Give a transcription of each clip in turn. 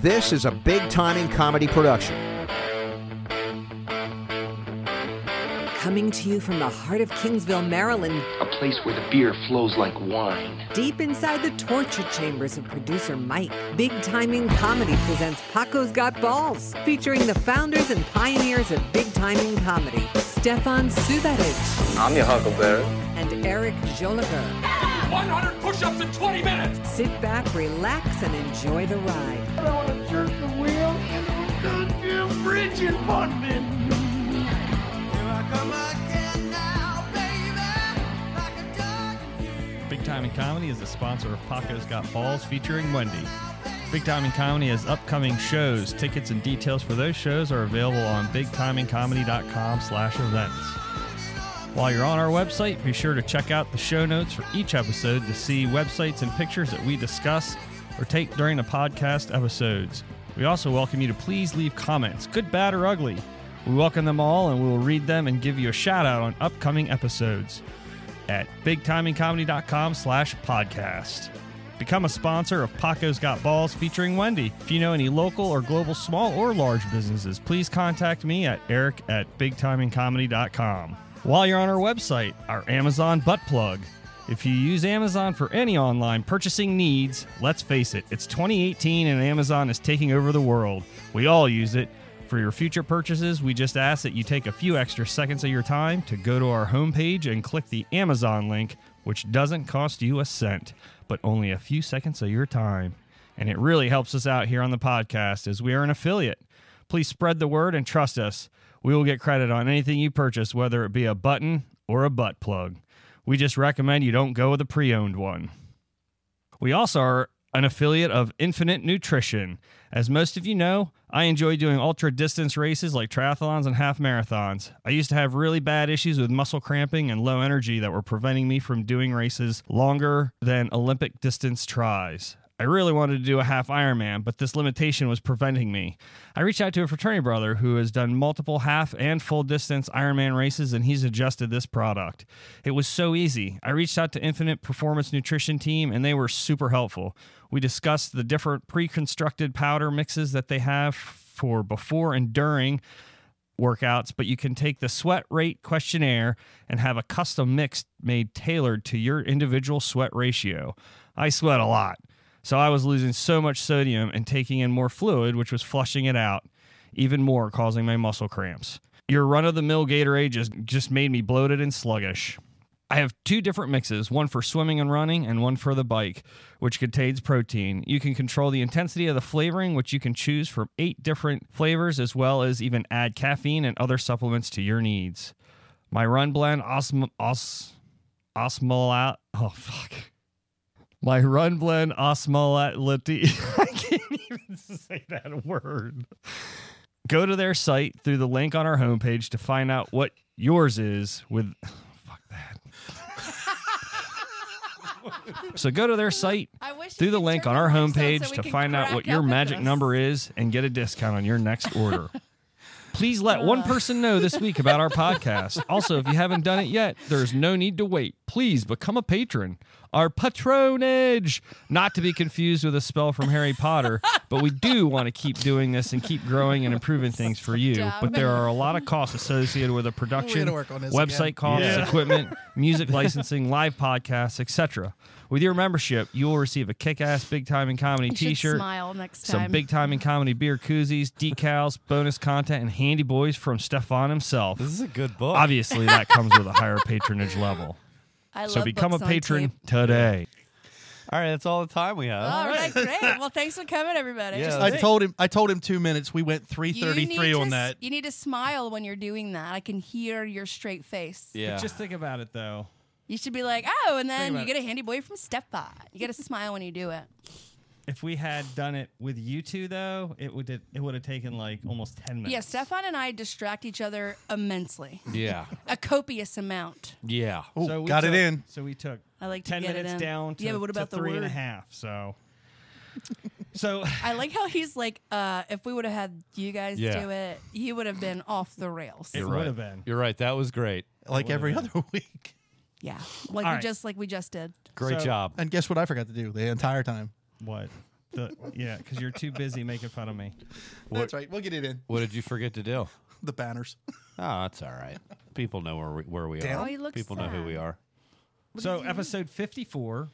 This is a big timing comedy production. Coming to you from the heart of Kingsville, Maryland, a place where the beer flows like wine. deep inside the torture chambers of producer Mike, Big Timing Comedy presents Paco's Got Balls, featuring the founders and pioneers of big timing comedy, Stefan Subatic I'm your huckleberry. and Eric Joliger. 100 push-ups in 20 minutes. Sit back, relax, and enjoy the ride. Big Time in Comedy is a sponsor of Paco's Got Balls featuring Wendy. Big Time in Comedy has upcoming shows. Tickets and details for those shows are available on bigtimingcomedy.com slash events. While you're on our website, be sure to check out the show notes for each episode to see websites and pictures that we discuss or take during the podcast episodes. We also welcome you to please leave comments, good, bad, or ugly. We welcome them all and we will read them and give you a shout out on upcoming episodes at bigtimingcomedy.com slash podcast. Become a sponsor of Paco's Got Balls featuring Wendy. If you know any local or global small or large businesses, please contact me at eric at bigtimingcomedy.com. While you're on our website, our Amazon butt plug. If you use Amazon for any online purchasing needs, let's face it, it's 2018 and Amazon is taking over the world. We all use it. For your future purchases, we just ask that you take a few extra seconds of your time to go to our homepage and click the Amazon link, which doesn't cost you a cent, but only a few seconds of your time. And it really helps us out here on the podcast as we are an affiliate. Please spread the word and trust us. We will get credit on anything you purchase, whether it be a button or a butt plug. We just recommend you don't go with a pre owned one. We also are an affiliate of Infinite Nutrition. As most of you know, I enjoy doing ultra distance races like triathlons and half marathons. I used to have really bad issues with muscle cramping and low energy that were preventing me from doing races longer than Olympic distance tries. I really wanted to do a half Ironman, but this limitation was preventing me. I reached out to a fraternity brother who has done multiple half and full distance Ironman races, and he's adjusted this product. It was so easy. I reached out to Infinite Performance Nutrition Team, and they were super helpful. We discussed the different pre constructed powder mixes that they have for before and during workouts, but you can take the sweat rate questionnaire and have a custom mix made tailored to your individual sweat ratio. I sweat a lot, so I was losing so much sodium and taking in more fluid, which was flushing it out even more, causing my muscle cramps. Your run of the mill Gatorade just, just made me bloated and sluggish. I have two different mixes, one for swimming and running and one for the bike, which contains protein. You can control the intensity of the flavoring, which you can choose from eight different flavors, as well as even add caffeine and other supplements to your needs. My run blend osm- os- osmolat. Oh, fuck. My run blend osmolality. I can't even say that word go to their site through the link on our homepage to find out what yours is with fuck that so go to their site I wish through you the could link turn on our the lights on homepage so we to can find out crack what your up magic this. number is and get a discount on your next order please let one person know this week about our podcast also if you haven't done it yet there's no need to wait please become a patron our patronage not to be confused with a spell from harry potter but we do want to keep doing this and keep growing and improving things for you but there are a lot of costs associated with a production work on this website again. costs equipment music licensing live podcasts etc with your membership you will receive a kick-ass big time in comedy You should t-shirt Smile next time. some big time in comedy beer koozies, decals, bonus content, and handy boys from Stefan himself. This is a good book. Obviously, that comes with a higher patronage level. I So love become a books on patron tape. today. All right, that's all the time we have. All right, great. Well, thanks for coming, everybody. Yeah. Just- I I told him. I told him two minutes. We went three you need thirty-three to on s- that. You need to smile when you're doing that. I can hear your straight face. Yeah. Just think about it though. You should be like, oh, and then about you get a handy boy from Stepbot. You get to smile when you do it. If we had done it with you two though, it would it would have taken like almost ten minutes. Yeah, Stefan and I distract each other immensely, yeah. a copious amount. Yeah. Ooh, So we got took- it in. So we took I like to ten get it minutes in. down to, Yeah, but what to about the three and a word? half, So so I like how he's like, uh, if we would have had you guys Yeah. do it, you would have been off the rails. it right. would have been. You're right. That was great. Like every other week. Yeah, like All we right. just like we just did. Great So- job. And guess what? I forgot to do the entire time. What? the yeah, because you're too busy making fun of me. That's right. We'll get it in. What did you forget to do? The banners. Oh, that's all right. People know where we, where we Damn. are. Oh, he looks People know who sad. we are. So episode 54.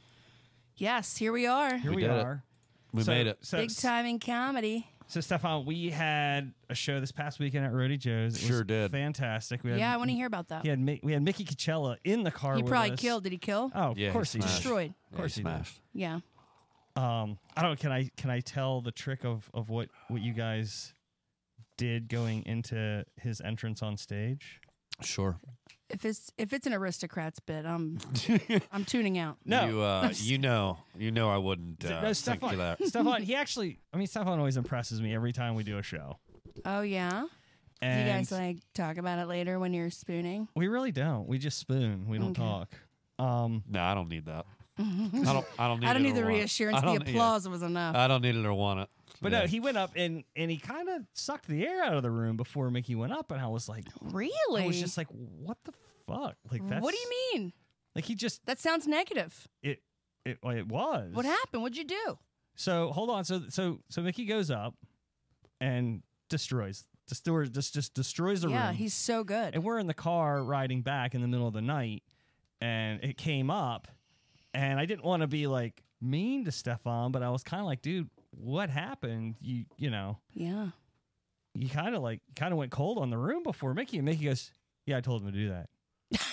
Yes, here we are. Here we, We did it. are. We So- made it. So, Big time in comedy. So Stefan, we had a show this past weekend at Roadie Joe's. It was Sure did. Fantastic. We had, Yeah, I want to hear about that. He had Mi- we had Mickey Coachella in the car. he with probably us. killed. Did he kill? Oh, Yeah, of course he smashed. did. Destroyed. Of course he did. smashed. Yeah. Um, I don't. Can I can I tell the trick of of what what you guys did going into his entrance on stage? Sure. If it's if it's an aristocrats bit, I'm I'm tuning out. No. You, uh, you know, you know, I wouldn't uh, no, think to Stefan. that. Stefan. He actually. I mean, Stefan always impresses me every time we do a show. Oh yeah. Do And you guys like talk about it later when you're spooning? We really don't. We just spoon. We don't talk. Um, No, I don't need that. I don't. I don't need. I don't it need the or want it. reassurance. I The don't- yeah. applause was enough. I don't need it or want it. but Yeah. no, he went up and and he kind of sucked the air out of the room before Mickey went up, and I was like, really? I was just like, what the fuck? Like that's what do you mean? Like he just That sounds negative. it it well, it was. What happened? What'd you do? So hold on. So so so Mickey goes up and destroys destroys just just destroys the yeah, room. he's so good. and we're in the car riding back in the middle of the night, and it came up, and I didn't want to be like mean to Stefan, but I was kind of like, dude, what happened? You you know yeah. you kind of like kind of went cold on the room before Mickey, and Mickey goes, yeah, I told him to do that,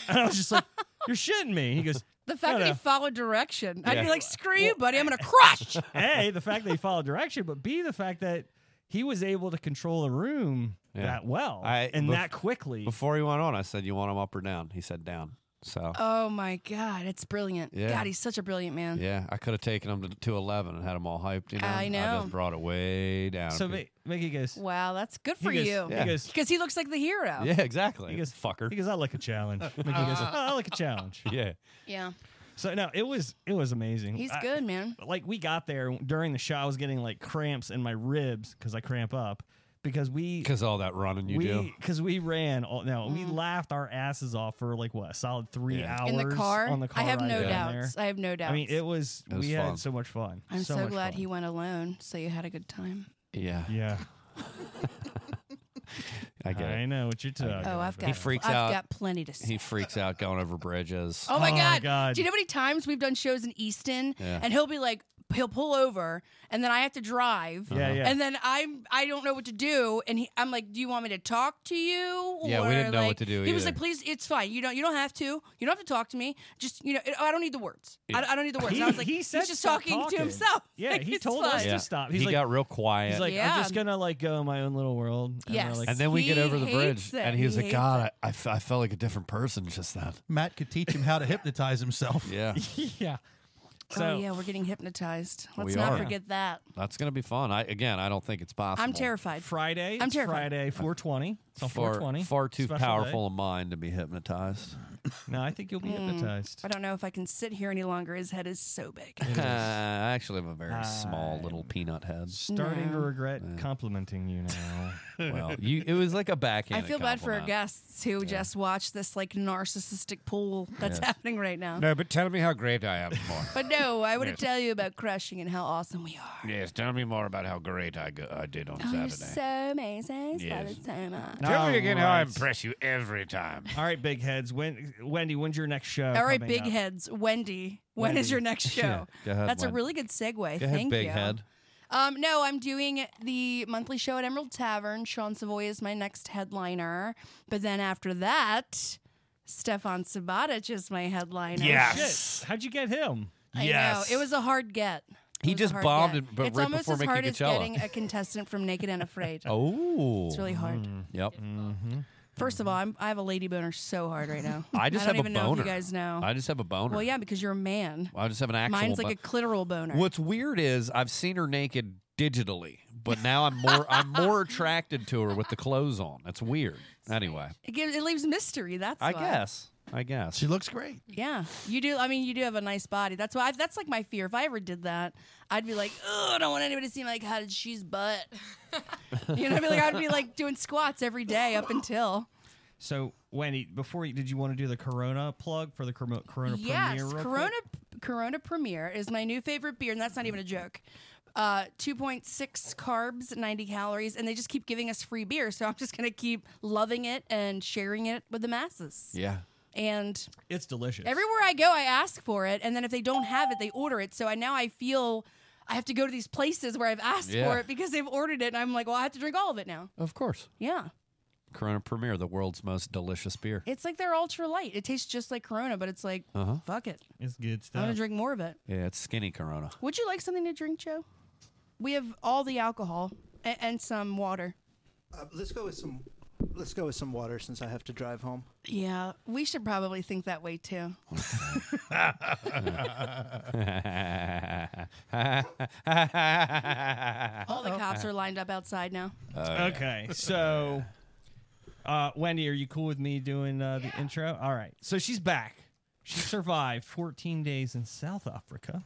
and I was just like, you're shitting me. He goes. The fact No, that he no. followed direction, I'd be Yeah. like, "Screw you, buddy! I'm gonna crush." A, the fact that he followed direction, but B, the fact that he was able to control the room Yeah. that well I- and bef- that quickly. Before he went on, I said, "You want him up or down?" He said, "Down." So oh my god, it's brilliant. Yeah. God, he's such a brilliant man. yeah, I could have taken him to, to eleven and had him all hyped. You know, Oh, I know. just brought it way down. so He- Mi- Mickey goes, Wow, that's good he for goes- you. He Yeah. goes, Because he looks like the hero. yeah, exactly. he goes, fucker. He goes, I like a challenge. Mickey goes, oh, Uh-huh. I like a challenge. yeah, Yeah. So no, it was it was amazing. He's Mm, I- good, man. Like we got there during the show, I was getting like cramps in my ribs because I cramp up because we because all that running you do. we because we ran all no we laughed our asses off for like what a solid three Yeah. hours Mm. In the car, on the car I have ride no down doubts. there. I have no doubts. I mean, it was, It was we fun. had so much fun. I'm so, much glad fun. he went alone, so you had a good time. Yeah, Yeah, I get I it. Uh-huh. know what you're talking. Oh, I've got. about. He freaks I've out. got plenty to say. He freaks out going over bridges. Oh my, Oh my god. God. Do you know how many times we've done shows in Easton Yeah. and he'll be like he'll pull over and then I have to drive. Yeah, yeah. And then I'm I don't know what to do and he, I'm like, "Do you want me to talk to you?" Yeah, we didn't know what like- to do He was either. like, "Please, it's fine. You don't you don't have to. You don't have to talk to me. Just, you know, it, I don't need the words. I, I don't need the words." He- And I was like, he "He's said just stop talking, talking. to himself." Yeah, Like, he it's told us fine. to stop. He's he like, got real quiet. he's like, Yeah. I'm just gonna like go in my own little world. And they're Yes. like, and then we get He over the hates bridge, it. and he's He like, hates "God, I, I, f- I felt like a different person just then." Matt could teach him how to hypnotize himself. Yeah, yeah. "Oh So yeah, we're getting hypnotized. Let's We not are. forget that." that's gonna be fun. I again, I don't think it's possible. I'm terrified. Friday, I'm it's terrified. Friday, 420. It's on Uh, Far, 420. far too special day. powerful a mind to be hypnotized. No, I think you'll be hypnotized. Mm, I don't know if I can sit here any longer. His head is so big. Uh, I actually have a very small little peanut head. Starting to regret complimenting you now. Well, you, it was like a I backhand. feel bad for our guy. guests who just watch this like narcissistic pool that's happening right now. No, Uh, but tell me how great I am more. But no, I want to tell you about crushing and how awesome we are. yes, tell me more about how great I, go, I did on Oh, you're so amazing. Yes. Yes. so much. Tell me again how I Alright. impress you every time. All right, big heads. When Wendy, when's your next show? All right, coming big up? heads. Wendy, when is your next show? go ahead, that's a Wendy. really good segue. Go ahead, Thank big you. head. Um, no, I'm doing the monthly show at Emerald Tavern. Sean Savoy is my next headliner. But then after that, Stefan Sabatic is my headliner. Shit, how'd you get him? I know. It was a hard get. It He was a just hard bombed get. it, but it's right almost before as Mickey hard as Coachella. getting a contestant from Naked and Afraid. Oh, It's really hard. Yep. First of all, I'm, I have a lady boner so hard right now. I just I have don't a even know boner. if you guys know. I just have a boner. well, yeah, because you're a man. I just have an actual. Mine's like bo- a clitoral boner. What's weird is I've seen her naked digitally, but now I'm more I'm more attracted to her with the clothes on. That's weird. Anyway, It, gives, it leaves mystery. That's I why. guess. I guess. She looks great. Yeah, you do. I mean, you do have a nice body. That's why. I, that's like my fear. If I ever did that, I'd be like, oh, I don't want anybody to see like how did she's butt. you know, what I mean, like I'd be like doing squats every day up until. So, Wendy, before you, did you want to do the Corona plug for the Corona, corona yes, premiere? real quick? Corona Corona Premier is my new favorite beer, and that's not even a joke. uh, 2.6 carbs, 90 calories, and they just keep giving us free beer. So I'm just going to keep loving it and sharing it with the masses. Yeah. And It's delicious. everywhere I go, I ask for it. And then if they don't have it, they order it. So I now I feel I have to go to these places where I've asked Yeah. for it because they've ordered it. And I'm like, well, I have to drink all of it now. Of course. Yeah. Corona Premier, the world's most delicious beer. It's like they're ultra light. It tastes just like Corona, but it's like, Uh-huh. fuck it. it's good I'm going stuff. to drink more of it. Yeah, it's skinny Corona. Would you like something to drink, Joe? We have all the alcohol and, and some water. Uh, let's go with some. Let's go with some water since I have to drive home. Yeah, we should probably think that way too. All the cops are lined up outside now. okay, so uh, Wendy, are you cool with me doing uh, the intro? All right. So she's back. She survived 14 days in South Africa.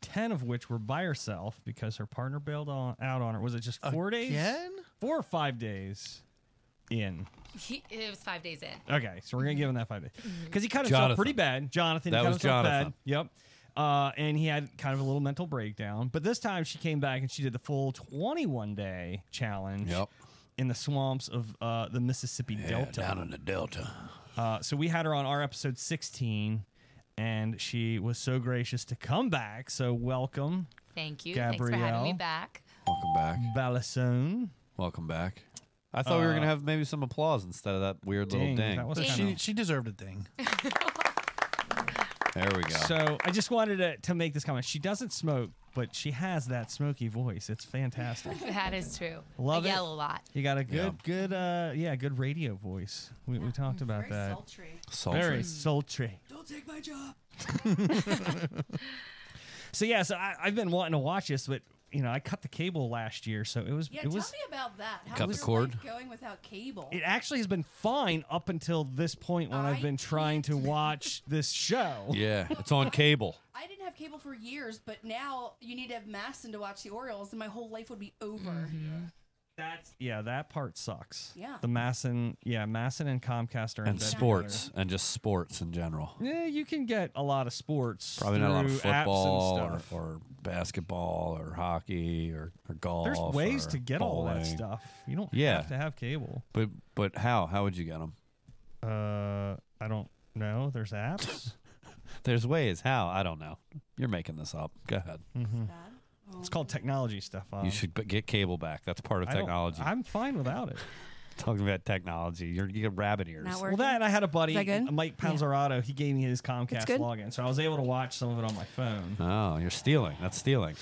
10 of which were by herself because her partner bailed on, out on her. Was it just four days? Again? Four or five days in. He, it was five days in. Okay, so we're gonna give him that five days Mm-hmm. because he cut himself Jonathan. pretty bad. Jonathan, he That cut was himself Jonathan. bad. Yep. Uh, and he had kind of a little mental breakdown. But this time she came back and she did the full 21 day challenge Yep. in the swamps of uh, the Mississippi Delta. in the Delta. Uh, so we had her on our episode 16, and she was so gracious to come back. So welcome, Thank you. Thanks for having me Gabrielle. back. Welcome back. Balasone. Welcome back. I thought we were going to have maybe some applause instead of that weird Uh, Dang, little ding. that was Ding. kinda- She, she deserved a thing. there we go. So I just wanted to, to make this comment. She doesn't smoke, but she has that smoky voice. It's fantastic. That is true. Love I it. yell a lot. You got a good, Yeah. good, uh, yeah, good radio voice. We, we talked about that. Sultry. Very sultry. Don't take my job. so yeah, so I, I've been wanting to watch this, but you know, I cut the cable last year, so it was, Yeah, it tell was, me about that. How's Cut the your cord. life going without cable? it actually has been fine up until this point when I have I been trying to watch this show. Yeah, it's on cable. I didn't have cable for years, but now you need to have Masson to watch the Orioles, and my whole life would be over. Mm-hmm. That's yeah, that part sucks. Yeah. the Masson, yeah, Masson and Comcast are And in bed sports, and just sports in general. together. Yeah, you can get a lot of sports. Probably not a lot of through apps and football or, stuff. or basketball or hockey or, or golf. There's ways or to get all that bowling. stuff. You don't Yeah. have to have cable. But but how how would you get them? Uh, I don't know. There's apps. There's ways. How I don't know. You're making this up. Go ahead. Mm-hmm. it's called technology stuff. You should b- get cable back. That's part of technology. I'm fine without it. talking about technology. You're you get rabbit ears. Not well, working. that uh, and I had a buddy, Is that good? Mike Panzerato. He gave me his Comcast good? login, so I was able to watch some of it on my phone. Oh, you're stealing. That's stealing.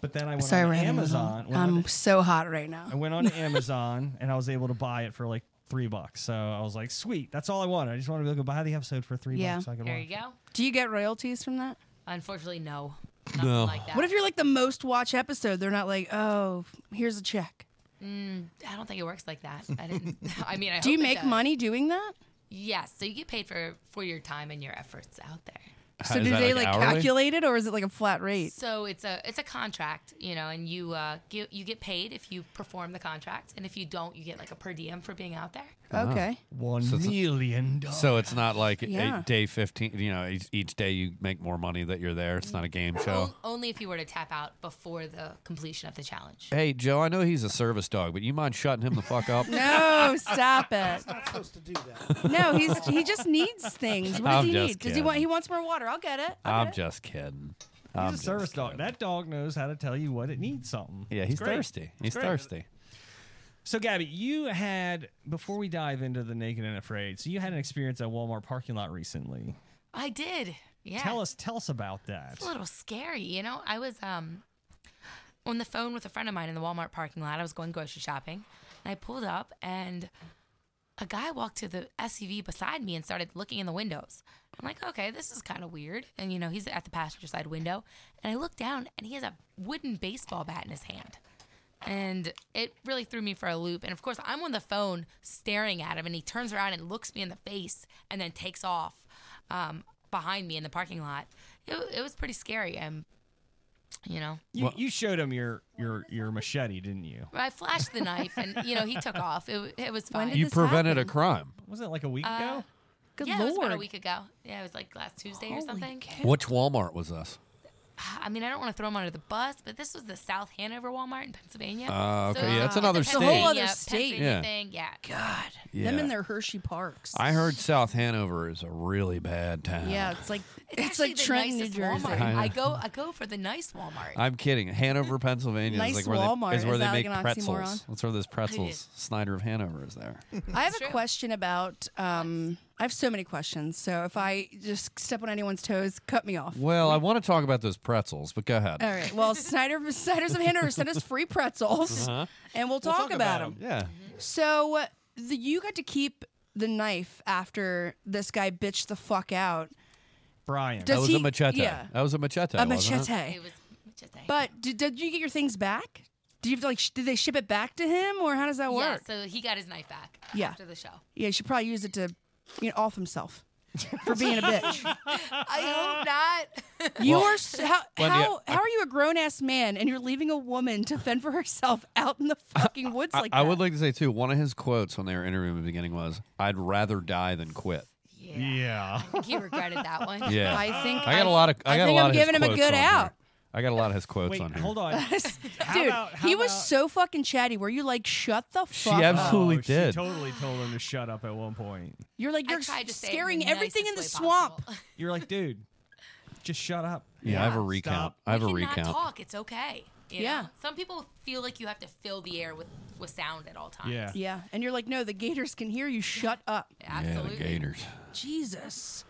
But then I went on Amazon. Went on, so hot right I now. went on Amazon and I was able to buy it for like three bucks. So I was like, sweet, that's all I wanted. I just wanted to be able to buy the episode for three Yeah. bucks. So I could There watch you go. Do you get royalties from that? Unfortunately, no. Nothing No. like that. What if you're like the most watch episode? They're not like, oh, here's a check. I don't think it works like that. I didn't. I mean, I Do you hope it make does. money doing that? Yes. So you get paid for for your time and your efforts out there. How- So is do that, they like, like, hourly? calculate it, or is it like a flat rate? So it's a it's a contract, you know, and you uh get, you get paid if you perform the contract, and if you don't, you get like a per diem for being out there. Uh-huh. Okay. it. One million dollars. So it's not like Yeah. a day 15, you know, each, each day you make more money that you're there. It's not a game show. On- Only if you were to tap out before the completion of the challenge. Hey, Joe, I know he's a service dog, but you mind shutting him the fuck up? No, stop it. Not supposed to do that. No, he's he just needs things. What does I'm he just need? Does he kidding. want? He wants more water. I'll get it. I'll I'm get it. just kidding. He's I'm a just service dog. kidding. That dog knows how to tell you what it needs something. yeah, It's he's great. thirsty. It's He's great. thirsty. So, Gabby, you had, before we dive into the Naked and Afraid, so you had an experience at Walmart parking lot recently. I did. Yeah. Tell us, tell us about that. It's a little scary, you know. I was um on the phone with a friend of mine in the Walmart parking lot. I was going grocery shopping, and I pulled up, and a guy walked to the SUV beside me and started looking in the windows. I'm like, okay, this is kind of weird. And you know, he's at the passenger side window, and I look down, and he has a wooden baseball bat in his hand. And it really threw me for a loop. And of course, I'm on the phone staring at him, and he turns around and looks me in the face and then takes off um, behind me in the parking lot. It, it was pretty scary. And, you know, You, you showed him your your your machete, didn't you? I flashed the knife, and, you know, he took off. It, it was fine. You this prevented a happen? crime. Was it like a Uh, week ago? Good yeah, it was lord. about a week ago. Yeah, it was like last Tuesday or something. Which Walmart was this? I mean, I don't want to throw him under the bus, but this was the South Hanover Walmart in Pennsylvania. Ah, okay. So Yeah, that's another the state. Pennsylvania- Whole other state. Pennsylvania Yeah. thing, yeah. God, Yeah. them in their Hershey Parks. I heard South Hanover is a really bad town. Yeah, it's like it's, actually like the Trenton, New nicest Jersey. Walmart. I know. I go, I go for the nice Walmart. I'm kidding. Hanover, Pennsylvania Nice is like where Walmart. they, is where Is they that like make an pretzels. oxymoron? That's where there's pretzels. Snyder of Hanover is there. I have a question about. Um, I have so many questions. So if I just step on anyone's toes, cut me off. well, I want to talk about those pretzels, but go ahead. All right. Well, Snyder, Snyder's of Hanover sent us free pretzels, Uh-huh. and we'll talk, about, them. Yeah. So uh, the, you got to keep the knife after this guy bitched the fuck out. Brian. Does that Oh, was he, a machete. Yeah, That was a machete. a wasn't it? machete. It was just a- But did, did you get your things back? Do you have to, like? Sh- did they ship it back to him, or how does that yeah, work? so he got his knife back Yeah. after the show. Yeah, you should probably use it to, you know, off himself for being a bitch. I hope not. You are s- how Wendy, how, I- how are you a grown ass man and you're leaving a woman to fend for herself out in the fucking woods I, like I that? would like to say too. One of his quotes when they were interviewing him in the beginning was, "I'd rather die than quit." yeah. yeah. I think he regretted that one. Yeah, I think I got a lot of. I, I got think a lot I'm of his giving him a quotes good on here. out. I got a lot of his quotes Wait, on here. hold on. How Dude, about- how he was about- so fucking chatty. Were you like, shut the fuck She up? absolutely- Oh, she did. totally told him to shut up at one point. You're like, I you're tried to say it in scaring the everything in the nicest way swamp. possible. You're like, dude, just shut up. Yeah, I have a recount. Stop. I have a we cannot recount. talk. It's okay. you know? Yeah. Some people feel like you have to fill the air with, with sound at all times. Yeah. Yeah. And you're like, no, the gators can hear you. Shut up. Yeah, Absolutely. the Gators. Jesus.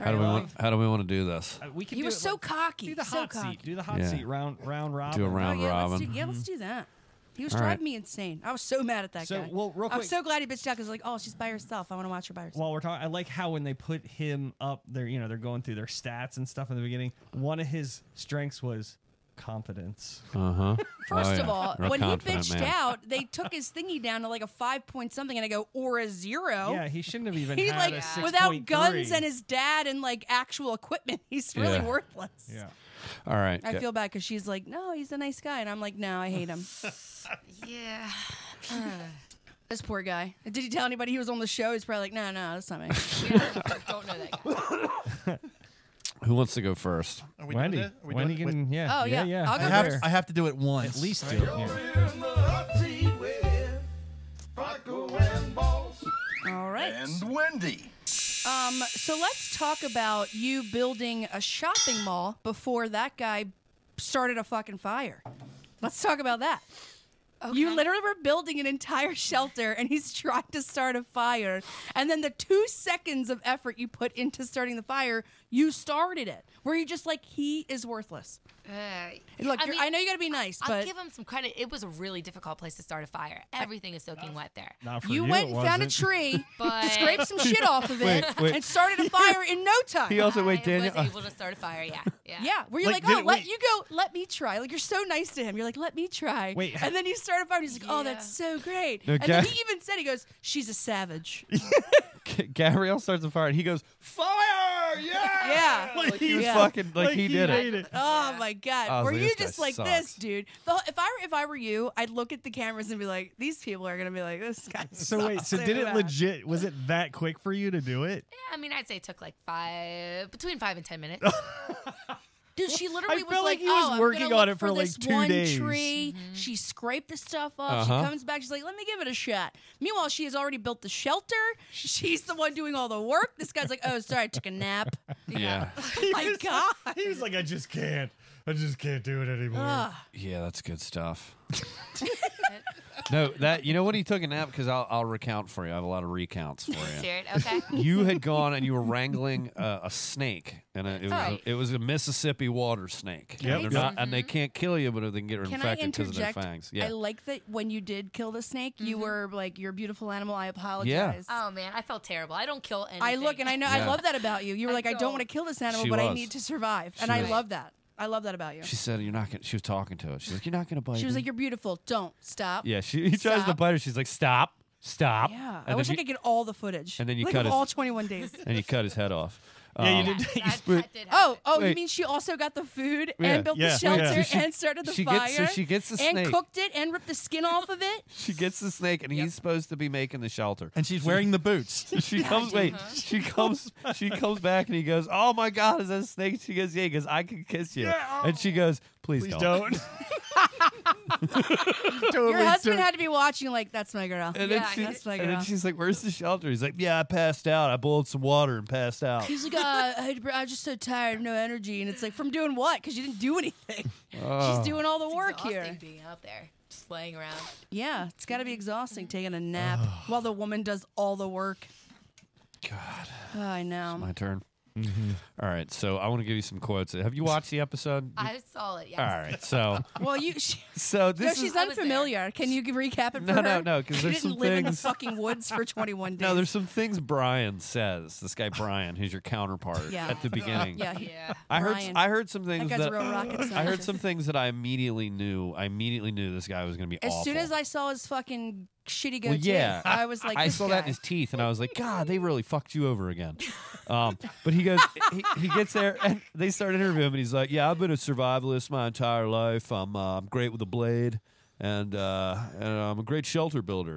How do we want? How do we want to do this? Uh, we can He do was it, so like, cocky, Do the so hot cocky. seat. Do the hot Yeah. seat. Round round robin. Do a round Oh, yeah, robin. Let's do, yeah, let's do that. He was All driving right. me insane. I was so mad at that So, guy. well, real I was quick- so glad he bitched out because like, oh, she's by herself. I want to watch her by herself. While we're talking, I like how when they put him up, they're you know they're going through their stats and stuff in the beginning. One of his strengths was confidence. Uh huh. First oh, of all, when he bitched out, they took his thingy down to like a five point something, and I go or a zero. Yeah, he shouldn't have even he had like a six without guns and his dad and like actual equipment. He's really Yeah. worthless. yeah. All right. I feel bad because she's like, no, he's a nice guy, and I'm like, no, I hate him. Yeah. this poor guy. Did he tell anybody he was on the show? He's probably like, no, no, that's not me. We don't, don't know that guy. Who wants to go first? Are we doing Wendy, that? Are we doing Wendy it? can yeah Oh, yeah yeah. yeah. I'll I, go Right have there. to, I have to do it once. At least do it. Yeah. All right. Wendy. Um, so let's talk about you building a shopping mall before that guy started a fucking fire. Let's talk about that. You Okay. literally were building an entire shelter and he's trying to start a fire. And then the two seconds of effort you put into starting the fire, you started it. Where you just like, he is worthless. Uh, And look, I I, mean, I know you gotta be nice, I'll but give him some credit. It was a really difficult place to start a fire. Everything is soaking wet there. Not Oh, for you it went and found a wasn't. tree, But- scraped some shit off of it, wait. and started a fire in no time. also I was able to start a fire. Yeah. Yeah. Yeah, where you're like, Like, did oh, it- let wait. you go, let me try. Like you're so nice to him. You're like, let me try. Wait, and then you start a fight. He's like, oh, Yeah. that's so great. No, and then Ga- he even said, he goes, she's a savage. Gabrielle starts a fire and he goes fire. Yeah. yeah. Like he Yeah. fucking like, he, did it. made Oh my god! was Were like, you this guy just like sucks. this, dude? The whole- if I were if I were you, I'd look at the cameras and be like, these people are gonna be like, this guy. So wait, sucks so did it bad." legit? Was it that quick for you to do it? I mean, I'd say it took like five, between five and ten minutes. Dude, she literally was felt like like, he was oh, I'm working gonna on look it for, like, this two one days." Mm-hmm. Tree. She scraped the stuff up. Uh-huh. She comes back. She's like, let me give it a shot. Meanwhile, she has already built the shelter. She's the one doing all the work. This guy's like, oh, sorry, I took a nap. Yeah. Oh My God. He was like, I just can't. I just can't do it anymore. Ugh. Yeah, that's good stuff. no, that you know what he took a nap because I'll, I'll recount for you. I have a lot of recounts for you. Jared, okay. You had gone and you were wrangling uh, a snake, and uh, it was Right. a, it was a Mississippi water snake. And Yep. they're Yep. not, and they can't kill you, but they can get Mm-hmm. Can I infected because of their interject? fangs. Yeah, I like that when you did kill the snake, you Mm-hmm. were like, you're a beautiful animal. I apologize. Oh man, I felt terrible. I don't kill anything. I look and I know I Yeah. love that about you. You were I like, I don't don't. want to kill this animal, She but I was. need to survive. And She I was. love that. I love that about you. she said you're not. Gonna, she was talking to us. She's like, you're not gonna bite. She was me." like, you're beautiful. Don't stop. yeah. She he tries to Stop. bite her. She's like, stop, stop. Yeah, And I wish then I you- could get all the footage. and then you like cut of his- all 21 days. and you cut his head off. yeah, you Um, did. Yes, you that, split- that did Oh, happen. oh, you Wait. mean she also got the food Yeah. and built Yeah, the shelter yeah. So she- and started the she fire gets- so she gets the and snake. cooked it and ripped the skin off of it. she gets the snake, and he's supposed to be making the shelter. And she's wearing the boots. she comes wait she comes she comes back and he goes oh my god is that a snake she goes yeah he goes i can kiss you and she goes please, Please don't, don't. Your husband had to be watching, like, that's my girl. and, Yeah, then she, that's my and then girl. she's like where's the shelter he's like yeah i passed out i boiled some water and passed out He's like, uh, I, I'm just so tired, no energy, and it's like from doing what? Because you didn't do anything. Oh. She's doing all the work Exhausting here. being out there, just laying around. Yeah, it's got to be exhausting taking a nap while the woman does all the work. God, I know. my turn All right so i want to give you some quotes have you watched the episode I saw it. Yes. all right so Well, you. She, so no, this is she's I was there. unfamiliar. Can you give- recap it No, for no, her? no, 'cause She there's didn't some live in the things- fucking woods for 21 days. no, there's some things Brian says. This guy Brian, who's your counterpart Yeah. at the beginning. Yeah, he- Yeah. I heard Brian. I heard some things guy's a that real rocket I heard scientist. some things that I immediately knew. I immediately knew this guy was going to be As awful. soon as I saw his fucking shitty goatee, well, yeah, I was like, I this saw guy. that in his teeth, and I was like, God, they really fucked you over again. Um, but he goes, he, he gets there, and they start interviewing him, and he's like, Yeah, I've been a survivalist my entire life. I'm uh, I'm great with a blade, and uh, and I'm a great shelter builder.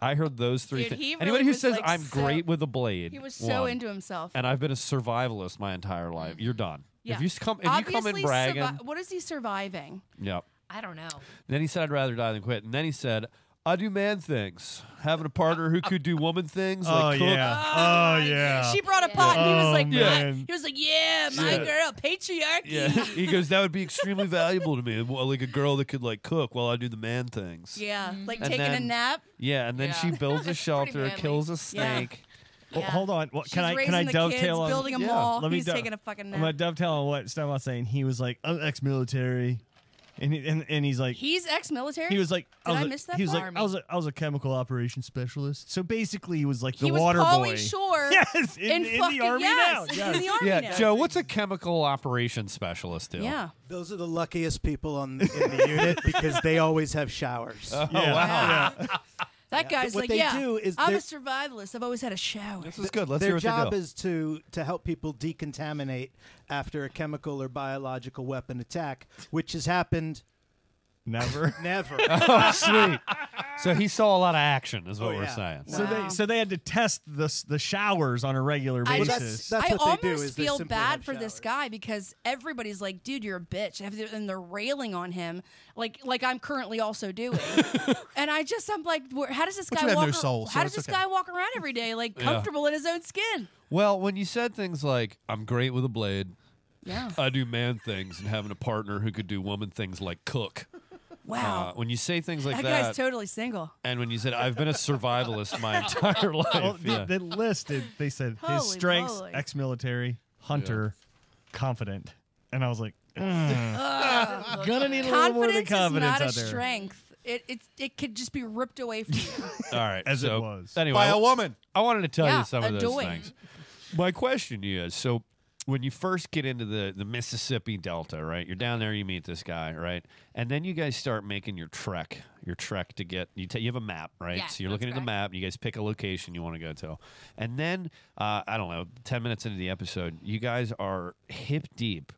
I heard those three Dude, things. he Anybody really who was, says like, I'm so- great with a blade, He was so won. into himself. and I've been a survivalist my entire life. You're done. Yeah. If you s- come, if Obviously, you come in bragging, survi- what is he surviving? yep. I don't know. Then he said, I'd rather die than quit. And then he said, I do man things. Having a partner who could do woman things, oh like cook. yeah. Oh yeah. She brought a pot. and He was Oh, like, man. "What?" he was like, yeah, my Yeah. girl, patriarchy. Yeah. he goes, that would be extremely valuable to me. Well, like a girl that could like cook while I do the man things. Yeah, Mm-hmm. like And taking a then- nap. Yeah, and then she Yeah. builds a That's pretty shelter, manly. kills a snake. Well, Yeah. hold on. Well, She's can I raising can I the dovetail kids, on building a Yeah, mall. let me He's do- taking a fucking I'm gonna nap. dovetail on what Stan was saying. He was like, "I'm ex-military," and he, and, and he's like, He's ex-military. he was like, Did was I like- miss that He was part? like, I was a, I was a chemical operations specialist. So basically, he was like the He was water Pauly boy. Shore. Yes, in, in, in fucking the army yes, now. Yes. in the army Yeah, now. Joe, what's a chemical operations specialist do? Yeah. Those are the luckiest people on the, in the unit because they always have showers. Oh, yeah. wow. That guy's What like, they yeah, do is I'm a they're- survivalist. I've always had a shower. This is good. Let's hear Their what job they do. is to to help people decontaminate after a chemical or biological weapon attack, which has happened Never. never. oh, sweet. So he saw a lot of action, is what Oh, we're yeah. saying. So Wow. they so they had to test the s- the showers on a regular I basis. that's- that's I what they do, almost is they feel simply bad have for this showers. guy because everybody's like, "Dude, you're a bitch," and they're- and they're railing on him, like like I'm currently also doing. and I just I'm like, where- how does this But guy you have walk? no soul, so how does it's this okay. guy walk around every day like comfortable in his own skin? Well, when you said things like, I'm great with a blade, Yeah. I do man things, and having a partner who could do woman things like cook. Wow. Uh, when you say things like Oh. that, that, guy's totally single. and when you said I've been a survivalist my entire life, Well, they- yeah. they, listed. They said Holy his strengths: moly. ex-military, hunter, confident. And I was like, "Ugh, gonna need a little more than Confidence is confidence not a out there. strength. It, it it could just be ripped away from you. all right, As it so, was. Anyway, By I- a woman. I wanted to tell Yeah, you some of a those doy. things. My question is, so when you first get into the the Mississippi Delta, right? You're down there, you meet this guy, right? And then you guys start making your trek, your trek to get you. ta- you have a map, right? Yes, so you're that's looking at the correct. map. And you guys pick a location you want to go to, and then uh, I don't know, ten minutes into the episode, you guys are hip deep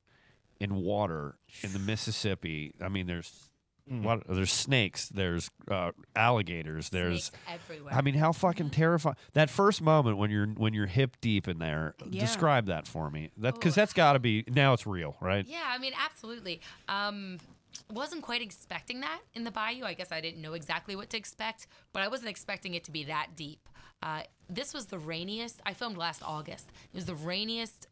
in water in the Mississippi. I mean, there's. Mm. What, there's snakes. There's uh, alligators. There's Snakes everywhere. I mean, how fucking terrifying! That first moment when you're when you're hip deep in there, Yeah. Oh. describe that for me. That because that's got to be now it's real, right? Yeah, I mean, absolutely. Um, wasn't quite expecting that in the bayou. I guess I didn't know exactly what to expect, but I wasn't expecting it to be that deep. Uh, this was the rainiest. I filmed last August. It was the rainiest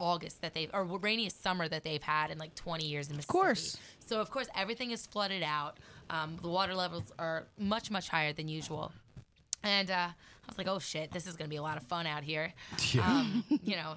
August that they've, or rainiest summer that they've had in like 20 years in Mississippi. course. So of course everything is flooded out. Um, the water levels are much much higher than usual. And uh, I was like, oh shit, this is gonna be a lot of fun out here. Um, you know,